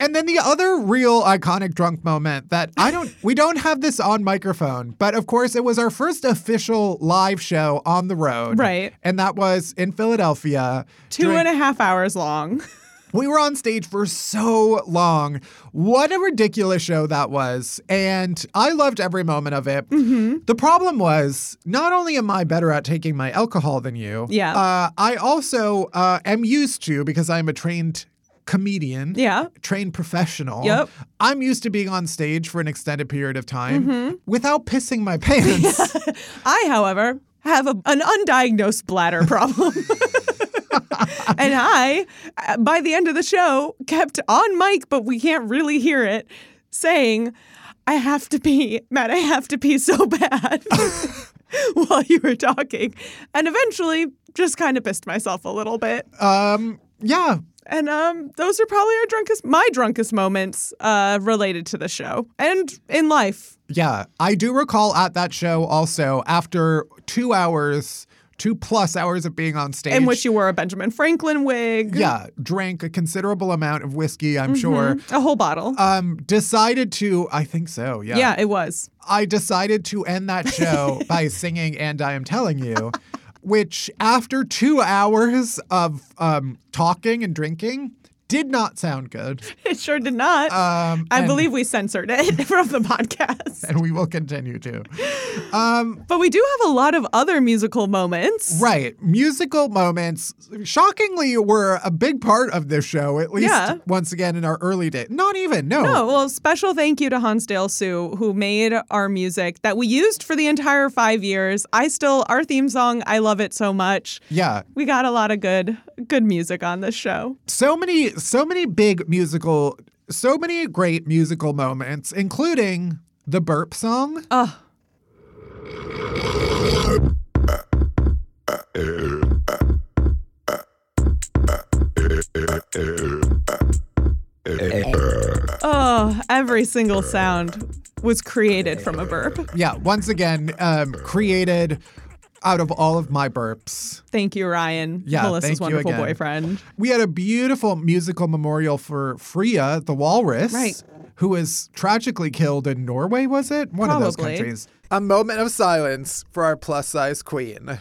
C: And then the other real iconic drunk moment that I
D: (laughs)
C: don't, we don't have this on microphone, but of course it was our first official live show on the road.
D: Right.
C: And that was in Philadelphia.
D: Two
C: during-
D: and a half hours long. (laughs)
C: We were on stage for so long. What a ridiculous show that was. And I loved every moment of it.
D: Mm-hmm.
C: The problem was not only am I better at taking my alcohol than you,
D: Yeah.
C: uh, I also uh, am used to, because I'm a trained comedian,
D: Yeah.
C: trained professional,
D: Yep.
C: I'm used to being on stage for an extended period of time
D: Mhm.
C: without pissing my pants.
D: (laughs) I, however, have a, an undiagnosed bladder problem. (laughs) and I, uh, by the end of the show, kept on mic, but we can't really hear it, saying, I have to pee. Matt, I have to pee so (laughs) bad while you were talking. And eventually just kind of pissed myself a little bit.
C: Um, yeah.
D: And um, those are probably our drunkest, my drunkest moments uh, related to the show and in life.
C: Yeah, I do recall at that show also after two hours, two plus hours of being on stage.
D: In which you wore a Benjamin Franklin wig.
C: yeah, drank a considerable amount of whiskey, I'm
D: Mhm.
C: sure.
D: A whole bottle.
C: Um, decided to, I think so, yeah.
D: Yeah, it was.
C: I decided to end that show by singing And I Am Telling You, which after two hours of um, talking and drinking did not sound good.
D: (laughs) It sure did not.
C: Um,
D: I
C: and-
D: believe we censored it (laughs) from the podcast.
C: And we will continue to. Um,
D: But we do have a lot of other musical moments.
C: Right. Musical moments, shockingly, were a big part of this show, at least
D: Yeah.
C: once again in our early days. Not even, no.
D: No, Oh, well, special thank you to Hansdale Sue, who made our music that we used for the entire five years. I still, our theme song, I love it so much.
C: Yeah.
D: We got a lot of good, good music on this show.
C: So many, so many big musical, so many great musical moments, including the burp song.
D: Oh, oh, every single sound was created from a burp.
C: Yeah. Once again, um, created out of all of my burps.
D: Thank you, Ryan.
C: Yeah,
D: Melissa's
C: thank you
D: wonderful
C: again.
D: boyfriend.
C: We had a beautiful musical memorial for Freya the walrus,
D: Right.
C: who was tragically killed in Norway, was it? One of those
D: Probably.
C: countries. A moment of silence for our plus size queen.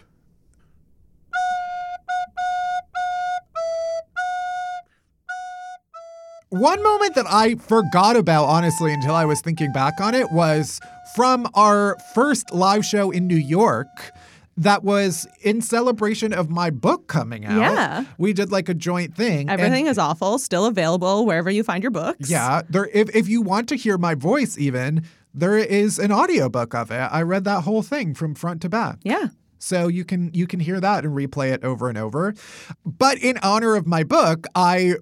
C: One moment that I forgot about, honestly, until I was thinking back on it, was from our first live show in New York. That was in celebration of my book coming out.
D: Yeah.
C: We did like a joint thing. and-
D: Everything is awful. Still available wherever you find your books.
C: Yeah, there if if you want to hear my voice even, there is an audiobook of it. I read that whole thing from front to back.
D: Yeah.
C: So you can you can hear that and replay it over and over. But in honor of my book, I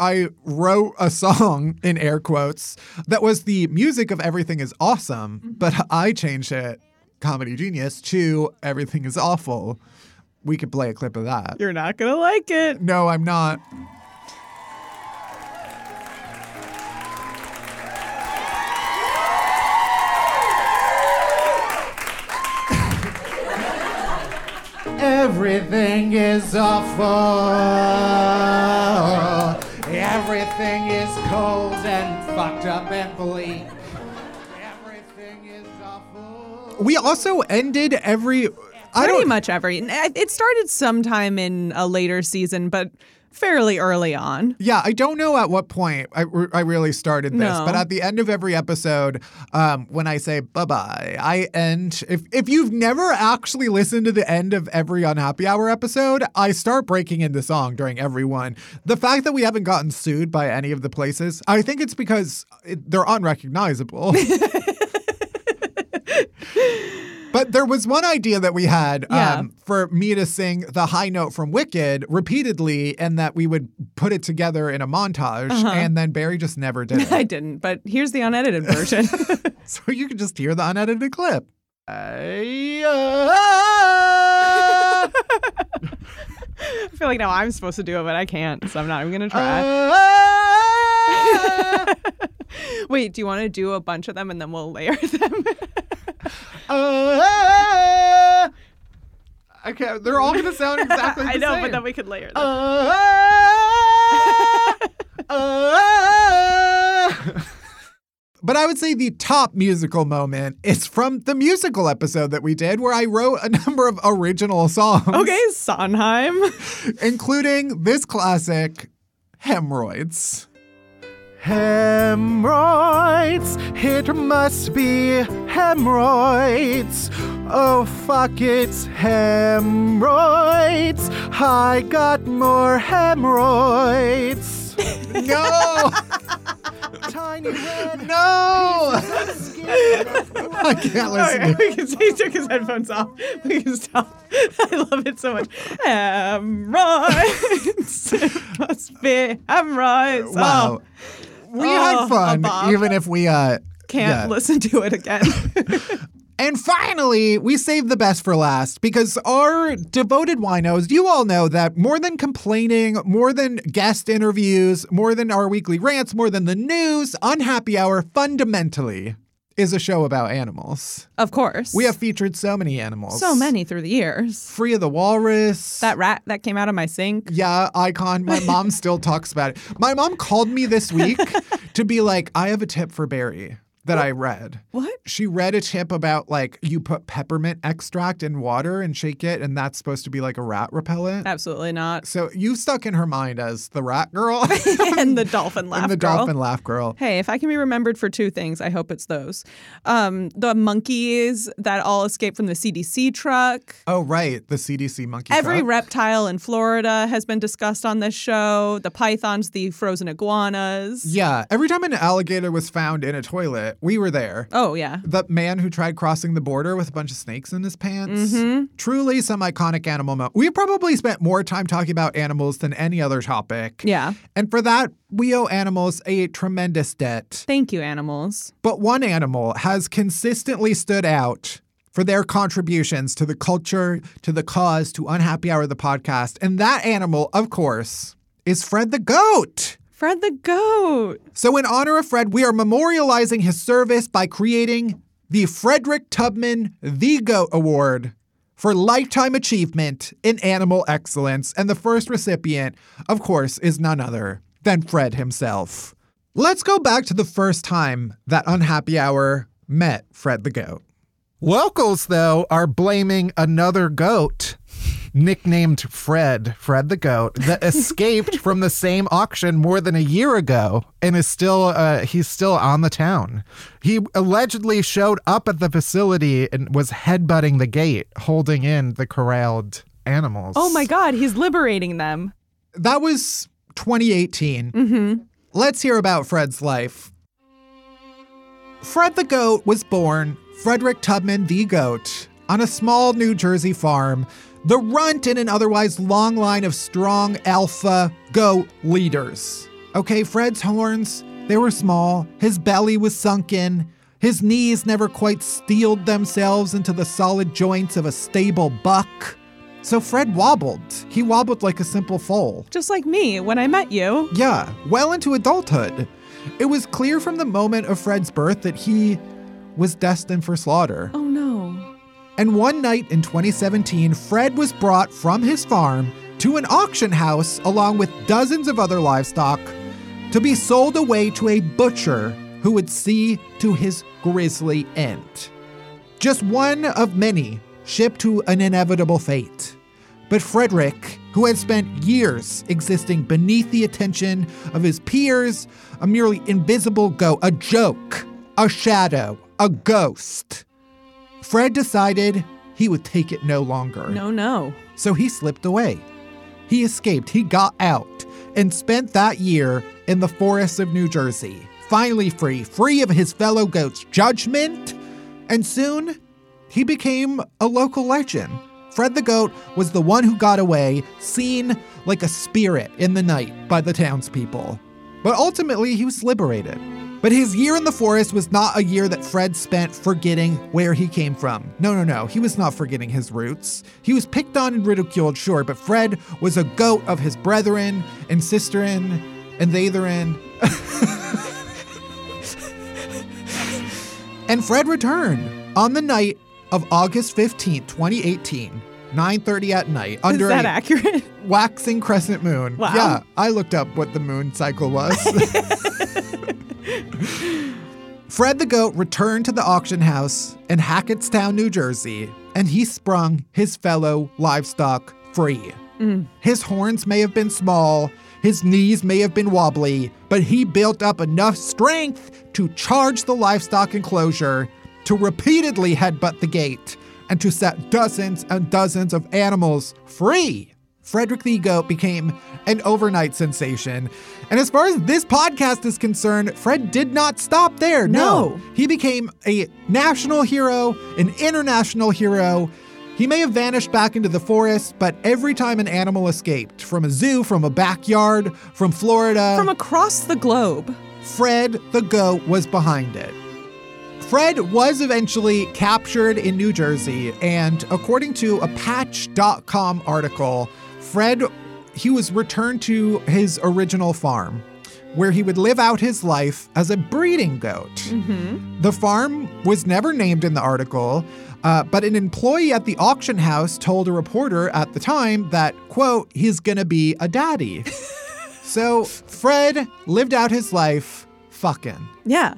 C: I wrote a song in air quotes that was the music of Everything is Awesome,
D: Mm-hmm.
C: but I changed it Comedy Genius to Everything is Awful. We could play a clip of that.
D: You're not going to like it.
C: No, I'm not. Everything is awful. Everything is cold and fucked up and bleak. We also ended every. I
D: Pretty much every. It started sometime in a later season, but fairly early on. (laughs)
C: Yeah, I don't know at what point I, re- I really started this,
D: No.
C: but at the end of every episode, um, when I say bye bye, I end. If if you've never actually listened to the end of every unhappy hour episode, I start breaking into song during every one. The fact that we haven't gotten sued by any of the places, I think it's because it, they're unrecognizable. But there was one idea that we had um, for me to sing the high note from Wicked repeatedly, and that we would put it together in a montage.
D: Uh-huh.
C: And then Barry just never did it.
D: (laughs) I didn't, but here's the unedited (laughs) version.
C: so you can just hear the unedited clip. (laughs)
D: I feel like now I'm supposed to do it, but I can't, so I'm not even going to try. (laughs) Wait, do you want to do a bunch of them and then we'll layer (laughs) them?
C: okay, they're all gonna sound exactly
D: (laughs) I
C: the
D: know,
C: same.
D: but then we could layer them.
C: (laughs)
D: (laughs)
C: But I would say the top musical moment is from the musical episode that we did, where I wrote a number of original songs. Okay,
D: Sondheim. (laughs)
C: including this classic, Hemorrhoids.
E: Hemorrhoids, it must be hemorrhoids. Oh fuck, it's hemorrhoids. I got more hemorrhoids.
C: (laughs) no!
E: Tiny red.
C: No! (laughs)
E: I
C: can't listen
D: Okay,
C: to
D: (laughs) we can, he took his headphones off. We can stop. (laughs) I love it so much. Um,
C: (laughs)
D: Hemorrhoids. It must be hemorrhoids.
C: Wow.
D: um, Oh,
C: We
D: Oh,
C: had
D: a
C: fun,
D: bop.
C: even if we uh,
D: can't
C: yeah.
D: listen to it again. (laughs)
C: And finally, we saved the best for last because our devoted winos, you all know that more than complaining, more than guest interviews, more than our weekly rants, more than the news, Unhappy Hour fundamentally is a show about animals.
D: Of course.
C: We have featured so many animals.
D: so many through the years.
C: Free of the walrus.
D: That rat that came out of my sink.
C: Yeah, icon. My
D: (laughs)
C: mom still talks about it. My mom called me this week to be like, I have a tip for Barry that I read.
D: What?
C: She read a tip about like you put peppermint extract in water and shake it, and that's supposed to be like a rat repellent.
D: Absolutely
C: (laughs)
D: not.
C: So you stuck in her mind as the rat girl
D: and the dolphin (laughs)
C: (laughs)
D: laugh.
C: and the
D: girl.
C: dolphin laugh girl.
D: Hey, if I can be remembered for two things, I hope it's those. Um, the monkeys that all escaped from the CDC truck.
C: Oh, right. The CDC monkey.
D: Every
C: truck.
D: reptile in Florida has been discussed on this show. The pythons, the frozen iguanas.
C: Yeah. Every time an alligator was found in a toilet, we were there.
D: Oh, yeah.
C: The man who tried crossing the border with a bunch of snakes in his pants. Truly some iconic animal moment. We probably spent more time talking about animals than any other topic.
D: Yeah.
C: And for that, we owe animals a tremendous debt.
D: Thank you, animals.
C: But one animal has consistently stood out for their contributions to the culture, to the cause, to Unhappy Hour, the podcast. And that animal, of course, is Fred the goat.
D: Fred the goat.
C: So, in honor of Fred, we are memorializing his service by creating the Frederick Tubman the Goat Award for Lifetime Achievement in Animal Excellence. And the first recipient, of course, is none other than Fred himself. Let's go back to the first time that Unhappy Hour met Fred the Goat.
E: Locals, though, are blaming another goat, nicknamed Fred, Fred the Goat,
D: (laughs)
E: that escaped from the same auction more than a year ago and is still uh, he's still on the town. He allegedly showed up at the facility and was headbutting the gate, holding in the corralled animals.
D: Oh my God, he's liberating them.
C: That was 2018.
D: Mm-hmm.
C: Let's hear about Fred's life. Fred the Goat was born Frederick Tubman the Goat on a small New Jersey farm, the runt in an otherwise long line of strong alpha goat leaders. Okay, Fred's horns, they were small, his belly was sunken, his knees never quite steeled themselves into the solid joints of a stable buck. So Fred wobbled. He wobbled like a simple foal.
D: Just like me when I met you.
C: Yeah, well into adulthood. It was clear from the moment of Fred's birth that he was destined for slaughter.
D: Oh no.
C: And one night in 2017, Fred was brought from his farm to an auction house along with dozens of other livestock to be sold away to a butcher who would see to his grisly end. Just one of many shipped to an inevitable fate. But Frederick, who had spent years existing beneath the attention of his peers, a merely invisible goat, a joke, a shadow, a ghost, Fred decided he would take it no longer.
D: No, no.
C: So he slipped away. He escaped, he got out, and spent that year in the forests of New Jersey, finally free, free of his fellow goats' judgment. And soon, he became a local legend. Fred the Goat was the one who got away, seen like a spirit in the night by the townspeople. But ultimately, he was liberated. But his year in the forest was not a year that Fred spent forgetting where he came from. No, no, no, he was not forgetting his roots. He was picked on and ridiculed, sure, but Fred was a goat of his brethren and sisterin and thetherin. and Fred returned on the night of August 15th, 2018, 9:30 at night under
D: Is that
C: a
D: accurate?
C: waxing crescent moon.
D: Wow.
C: Yeah, I looked up what the moon cycle
D: (laughs)
C: was. Fred the Goat returned to the auction house in Hackettstown, New Jersey, and he sprung his fellow livestock free.
D: Mm.
C: His horns may have been small, his knees may have been wobbly, but he built up enough strength to charge the livestock enclosure, to repeatedly headbutt the gate, and to set dozens and dozens of animals free. Frederick the Goat became an overnight sensation. And as far as this podcast is concerned, Fred did not stop there.
D: No.
C: He became a national hero, an international hero. He may have vanished back into the forest, but every time an animal escaped from a zoo, from a backyard, from Florida,
D: From across the globe.
C: Fred the Goat was behind it. Fred was eventually captured in New Jersey, and according to a Patch.com article, Fred he was returned to his original farm, where he would live out his life as a breeding goat. The farm was never named in the article, uh, but an employee at the auction house told a reporter at the time that, quote, he's gonna be a daddy. so Fred lived out his life fucking.
D: Yeah.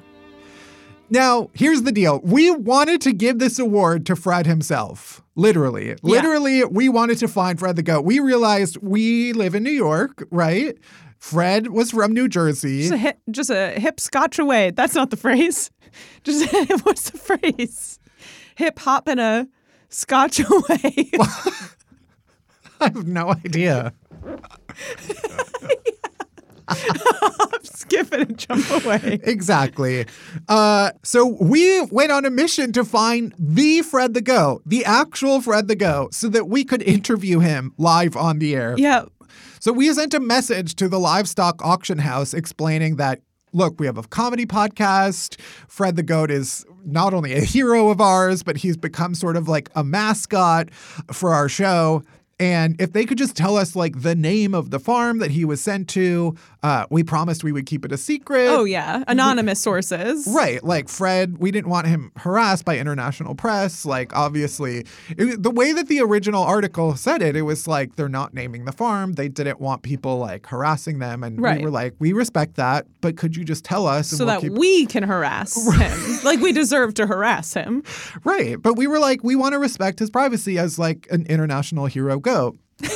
C: Now, here's the deal. We wanted to give this award to Fred himself. Literally. Literally, we wanted to find Fred the Goat. We realized we live in New York, right? Fred was from New Jersey.
D: Just a, (laughs) hip, just a hip scotch away. That's not the phrase. (laughs) Just what's the phrase? Hip hop and a scotch (laughs) away.
C: I have no idea.
D: Skip it and jump away.
C: exactly. Uh, so we went on a mission to find the Fred the Goat, the actual Fred the Goat, so that we could interview him live on the air.
D: Yeah.
C: So we sent a message to the livestock auction house explaining that, look, we have a comedy podcast. Fred the Goat is not only a hero of ours, but he's become sort of like a mascot for our show. And if they could just tell us like the name of the farm that he was sent to, uh, we promised we would keep it a secret.
D: Oh, yeah. Anonymous sources.
C: Right. Like Fred, we didn't want him harassed by international press. Like, obviously, it, the way that the original article said it, it was like they're not naming the farm. They didn't want people like harassing them. And
D: Right.
C: we were like, we respect that, but could you just tell us? and
D: So
C: we'll
D: that
C: keep-"
D: we can harass him. Like we deserve to harass him.
C: Right. But we were like, we want to respect his privacy as like an international hero go.
D: (laughs)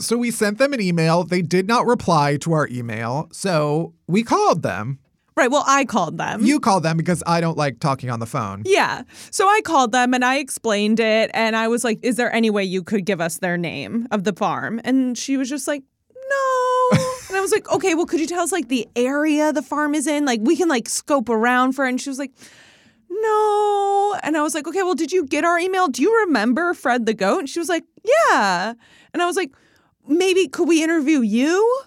C: so we sent them an email. They did not reply to our email. So we called them.
D: Right. Well, I called them.
C: You called them because I don't like talking on the phone.
D: Yeah. So I called them and I explained it. And I was like, Is there any way you could give us their name of the farm? And she was just like, No. and I was like, Okay, well, could you tell us like the area the farm is in? Like, we can like scope around for it. And she was like, no. And I was like, okay, well, did you get our email? Do you remember Fred the goat? And she was like, yeah. And I was like, maybe could we interview you?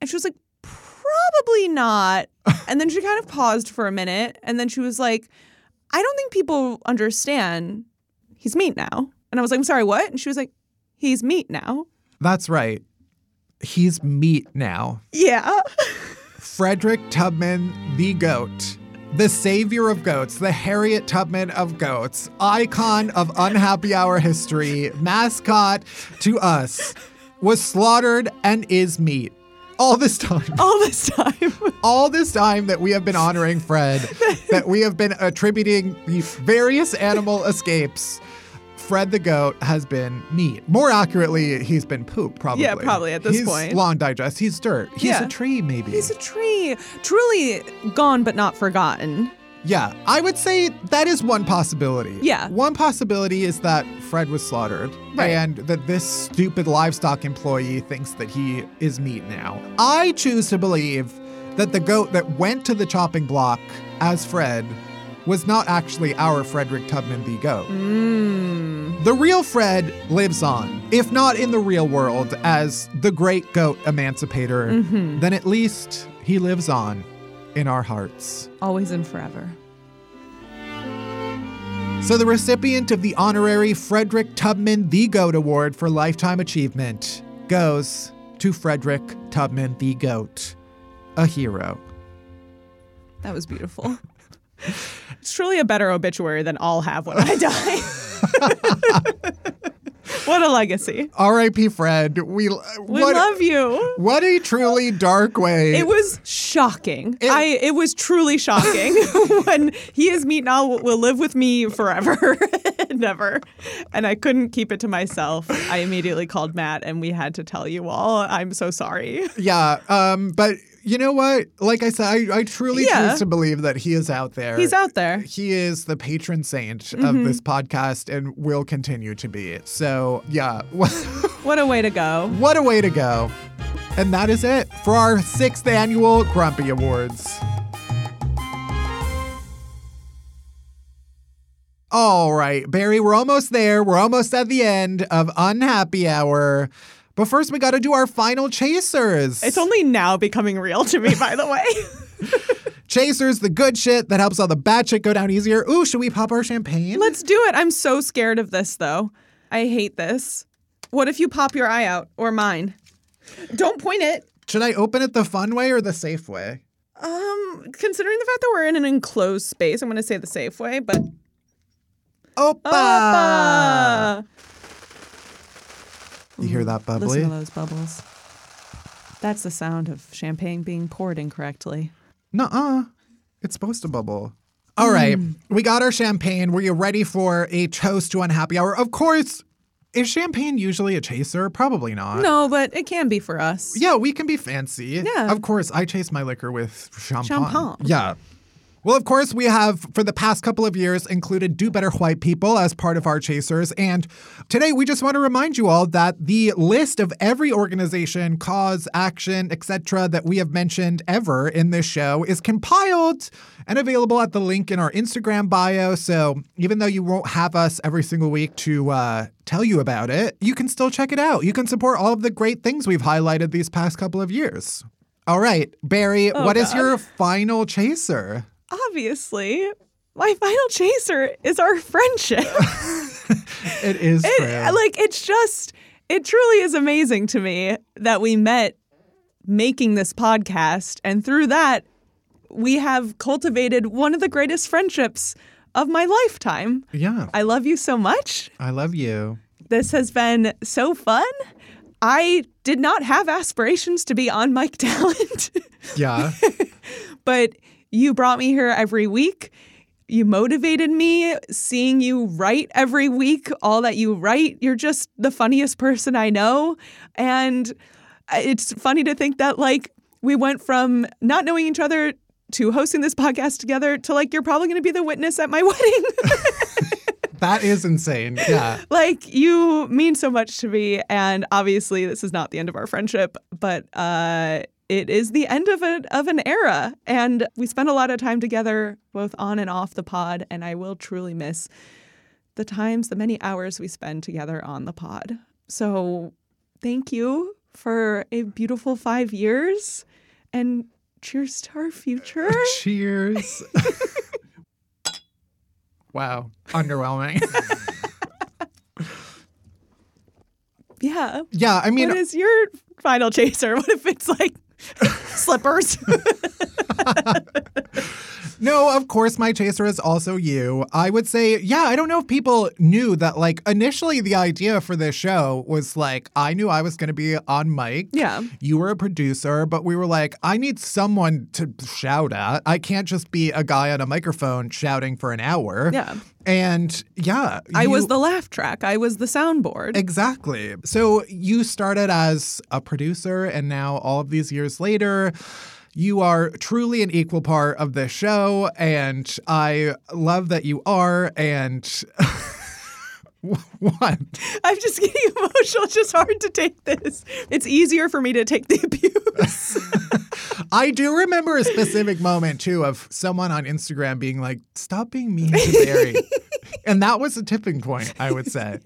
D: And she was like, probably not. and then she kind of paused for a minute. And then she was like, I don't think people understand he's meat now. And I was like, I'm sorry, what? And she was like, he's meat now.
C: That's right. He's meat now.
D: Yeah.
C: Frederick Tubman, the goat. The savior of goats, the Harriet Tubman of goats, icon of unhappy hour history, mascot to us, was slaughtered and is meat. All this time.
D: (laughs) All this time. (laughs)
C: All this time that we have been honoring Fred, that we have been attributing the various animal escapes. Fred the goat has been meat. More accurately, he's been poop, probably.
D: Yeah, probably at this
C: he's
D: point.
C: long digest. He's dirt. He's
D: Yeah.
C: a tree, maybe.
D: He's a tree. Truly gone but not forgotten.
C: Yeah, I would say that is one possibility.
D: Yeah.
C: One possibility is that Fred was slaughtered
D: Right.
C: and that this stupid livestock employee thinks that he is meat now. I choose to believe that the goat that went to the chopping block as Fred was not actually our Frederick Tubman the goat.
D: Mm.
C: The real Fred lives on, if not in the real world as the great goat emancipator,
D: Mhm.
C: then at least he lives on in our hearts.
D: Always and forever.
C: So, the recipient of the honorary Frederick Tubman the Goat Award for Lifetime Achievement goes to Frederick Tubman the Goat, a hero.
D: That was (laughs) beautiful. it's truly a better obituary than I'll have when I (laughs) die. what a legacy.
C: R.I.P. Fred. We, we
D: We love you.
C: What a truly dark way.
D: It was shocking. I it was truly (laughs) shocking when he is meat now will live with me forever, (laughs) never. And I couldn't keep it to myself. I immediately called Matt, and we had to tell you all. I'm so sorry.
C: Yeah. Um, but you know what? Like I said, I, I truly
D: Yeah.
C: choose to believe that he is out there.
D: He's out there.
C: He is the patron saint
D: Mhm.
C: of this podcast and will continue to be. So, yeah. (laughs)
D: what a way to go.
C: What a way to go. And that is it for our sixth annual Grumpy Awards. All right, Barry, we're almost there. We're almost at the end of Unhappy Hour. But first, we got to do our final chasers.
D: It's only now becoming real to me, by the way. (laughs)
C: Chasers, the good shit that helps all the bad shit go down easier. Ooh, should we pop our champagne?
D: Let's do it. I'm so scared of this though. I hate this. What if you pop your eye out or mine? Don't point it.
C: Should I open it the fun way or the safe way?
D: Um, considering the fact that we're in an enclosed space, I'm going to say the safe way, but
C: Opa!
D: Opa!
C: You hear that bubbly?
D: Listen to those bubbles. That's the sound of champagne being poured incorrectly.
C: Nuh-uh. It's supposed to bubble. All right,
D: Mm.
C: we got our champagne. Were you ready for a toast to unhappy hour? Of course. Is champagne usually a chaser? Probably not.
D: No, but it can be for us.
C: Yeah, we can be fancy.
D: Yeah.
C: Of course, I chase my liquor with champagne.
D: Champagne.
C: Yeah. Well, of course, we have for the past couple of years included Do Better White People as part of our chasers. And today we just want to remind you all that the list of every organization, cause, action, etc. that we have mentioned ever in this show is compiled and available at the link in our Instagram bio. So even though you won't have us every single week to uh, tell you about it, you can still check it out. You can support all of the great things we've highlighted these past couple of years. All right, Barry,
D: Oh,
C: what is
D: God.
C: your final chaser?
D: Obviously, my final chaser is
C: (laughs)
D: our friendship.
C: Oh, It is
D: It-
C: Fran.
D: (laughs) like it's just it truly is amazing to me that we met making this podcast and through that we have cultivated one of the greatest friendships of my lifetime.
C: Yeah.
D: I love you so much.
C: I love you.
D: This has been so fun. I did not have aspirations to be on Mike (laughs) Talent
C: Yeah.
D: (laughs) but you brought me here every week. You motivated me seeing you write every week, all that you write. You're just the funniest person I know. And uh, it's funny to think that, like, we went from not knowing each other to hosting this podcast together to, like, you're probably going to be the witness at my (laughs) wedding.
C: That is insane. Yeah.
D: like you mean so much to me and obviously this is not the end of our friendship but uh it is the end of an of an era and we spent a lot of time together both on and off the pod and I will truly miss the times the many hours we spend together on the pod. So thank you for a beautiful 5 years and cheers to our future. (laughs)
C: Cheers. Wow. Underwhelming. (laughs)
D: yeah.
C: Yeah, I mean-
D: what is your final chaser? (laughs) What if it's like slippers? (laughs)
C: no, of course, my chaser is also you. I would say, yeah, I don't know if people knew that, like, initially the idea for this show was like, I knew I was going to be on mic.
D: Yeah.
C: You were a producer, but we were like, I need someone to shout at. I can't just be a guy on a microphone shouting for an hour.
D: Yeah.
C: And yeah,
D: I was
C: you-
D: the laugh track. I was the soundboard.
C: Exactly. So you started as a producer, and now all of these years later, you are truly an equal part of the show, and I love that you are. And (laughs) what?
D: (laughs) I'm just getting (laughs) emotional. It's just hard to take this. It's easier for me to take the abuse.
C: (laughs) I do remember a specific moment too of someone on Instagram being like, "Stop being mean to
D: (laughs)
C: Barry," and that was a tipping point, I would say.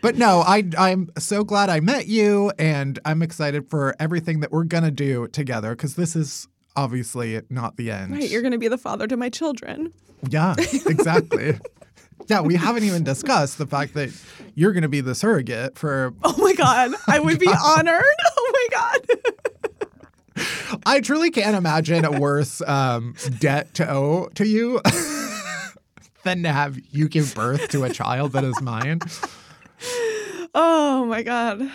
C: But no, I I'm so glad I met you, and I'm excited for everything that we're gonna do together because this is obviously not the end.
D: Right, you're going to be the father to my children.
C: Yeah,
D: (laughs)
C: exactly. yeah, we haven't even discussed the fact that you're gonna be the surrogate for.
D: Oh my god, I
C: (laughs)
D: would be honored. (laughs) Oh my god. (laughs)
C: I truly can't imagine a worse um, debt to owe to you (laughs) than to have you give birth to a child that is mine.
D: Oh my god.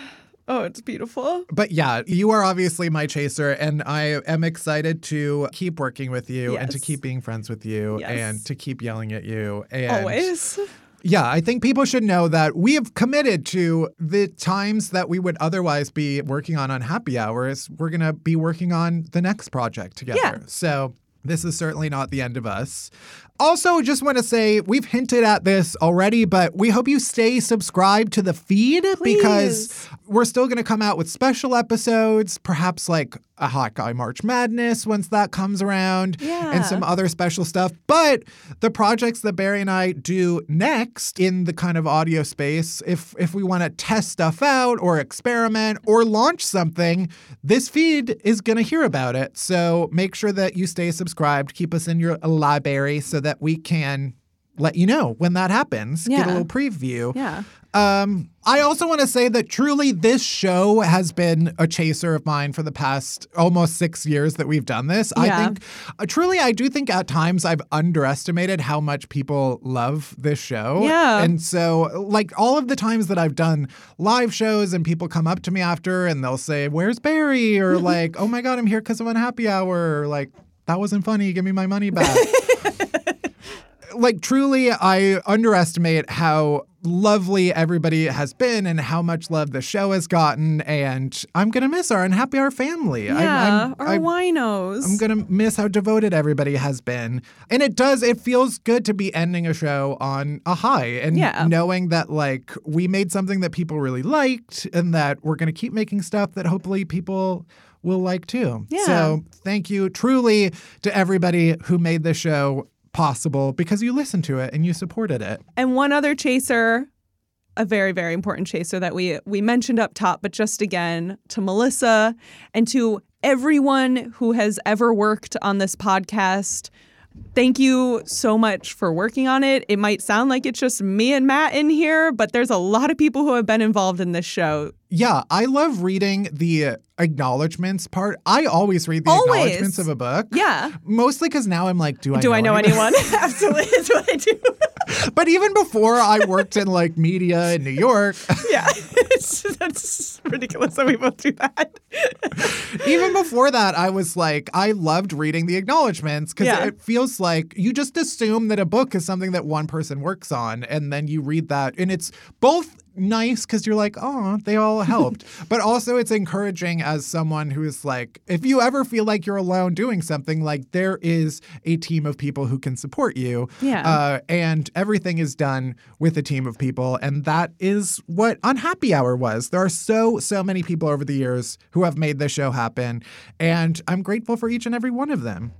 D: Oh, it's beautiful.
C: But yeah, you are obviously my chaser, and I am excited to keep working with you and to
D: Yes.
C: keep being friends with you
D: Yes.
C: and to keep yelling at you. And
D: Always.
C: Yeah, I think people should know that we have committed to the times that we would otherwise be working on on happy hours. We're going to be working on the next project together.
D: Yeah.
C: So this is certainly not the end of us. Also, just want to say we've hinted at this already, but we hope you stay subscribed to the feed because we're still going to come out with special episodes, perhaps like a Hot Guy March Madness once that comes around,
D: Yeah.
C: and some other special stuff. But the projects that Barry and I do next in the kind of audio space, if if we want to test stuff out or experiment or launch something, this feed is going to hear about it. So make sure that you stay subscribed, keep us in your library so that we can let you know when that happens. Get a
D: Yeah.
C: little preview.
D: Yeah.
C: Um, I also want to say that truly this show has been a chaser of mine for the past almost six years that we've done this. I
D: Yeah.
C: think, uh, truly, I do think at times I've underestimated how much people love this show.
D: Yeah.
C: And so, like, all of the times that I've done live shows and people come up to me after and they'll say, Where's Barry?
D: (laughs)
C: Or, like, Oh my God, I'm here because of Unhappy Hour. Or, like, That wasn't funny. Give me my money back like truly I underestimate how lovely everybody has been and how much love the show has gotten and I'm gonna miss our unhappy our family. I-
D: Yeah,
C: I'm-
D: our
C: I-
D: winos.
C: I'm gonna miss how devoted everybody has been. And it does, it feels good to be ending a show on a high and
D: Yeah.
C: knowing that like we made something that people really liked and that we're gonna keep making stuff that hopefully people will like too.
D: Yeah.
C: So thank you truly to everybody who made the show possible because you listened to it and you supported it.
D: And one other chaser, a very very important chaser that we we mentioned up top, but just again to Melissa and to everyone who has ever worked on this podcast. Thank you so much for working on it. It might sound like it's just me and Matt in here, but there's a lot of people who have been involved in this show.
C: Yeah, I love reading the acknowledgments part. I always read the
D: Always.
C: acknowledgments of a book.
D: Yeah.
C: Mostly because now I'm like, do I
D: Do
C: know
D: I know anyone? (laughs) Absolutely, that's what I do. (laughs)
C: but even before I worked in like media in New York,
D: yeah, (laughs) it's just, that's ridiculous that we both do that. (laughs)
C: Even before that, I was like, I loved reading the acknowledgments because
D: Yeah.
C: it feels like you just assume that a book is something that one person works on, and then you read that, and it's both nice because you're like, oh, they all helped, but also it's encouraging as someone who is like, if you ever feel like you're alone doing something, like there is a team of people who can support you.
D: Yeah.
C: Uh, and everything is done with a team of people. And that is what Unhappy Hour was. There are so, so many people over the years who have made this show happen. And I'm grateful for each and every one of them.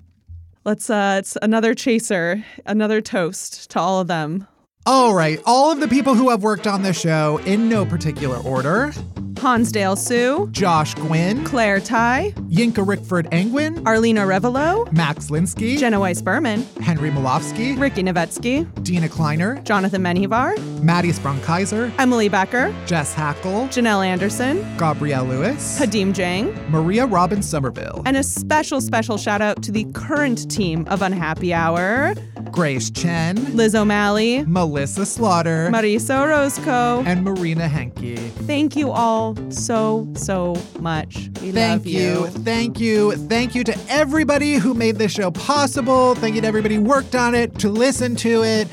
D: Let's uh it's another chaser, another toast to all of them.
C: All right, all of the people who have worked on this show in no particular order
D: Hansdale Sue,
C: Josh Gwynn,
D: Claire Ty,
C: Yinka Rickford Angwin,
D: Arlena Revelo,
C: Max Linsky,
D: Jenna Weiss Berman,
C: Henry Malofsky,
D: Ricky Nevetsky,
C: Dina Kleiner,
D: Jonathan Menhevar,
C: Maddie Sprung-Kaiser,
D: Emily Becker,
C: Jess Hackle,
D: Janelle Anderson,
C: Gabrielle Lewis,
D: Hadim Jang,
C: Maria Robin Somerville,
D: and a special, special shout out to the current team of Unhappy Hour
C: Grace Chen,
D: Liz O'Malley,
C: Melissa Slaughter,
D: Mariso Orozco.
C: and Marina Henke.
D: Thank you all so, so much. We
C: Thank
D: love
C: you. Thank you. Thank you to everybody who made this show possible. Thank you to everybody who worked on it, to listen to it,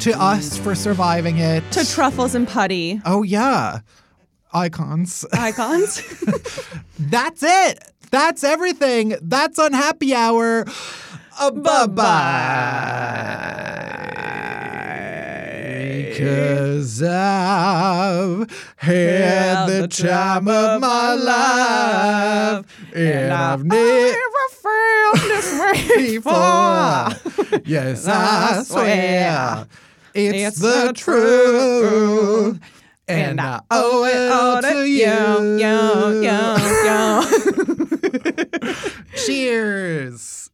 C: to us for surviving it.
D: To Truffles and Putty
C: oh, yeah. Icons. (laughs)
D: icons. (laughs)
C: That's it. That's everything. That's Unhappy Hour. Uh, bye bye. Because I've had the time of my life, and I've never
D: felt
C: (laughs)
D: this way
C: before. Yes, I
D: I
C: swear
D: swear
C: it's the truth, and I owe it all to
D: Yo, yo, yo,
C: (laughs) you.
D: yo.
C: Cheers.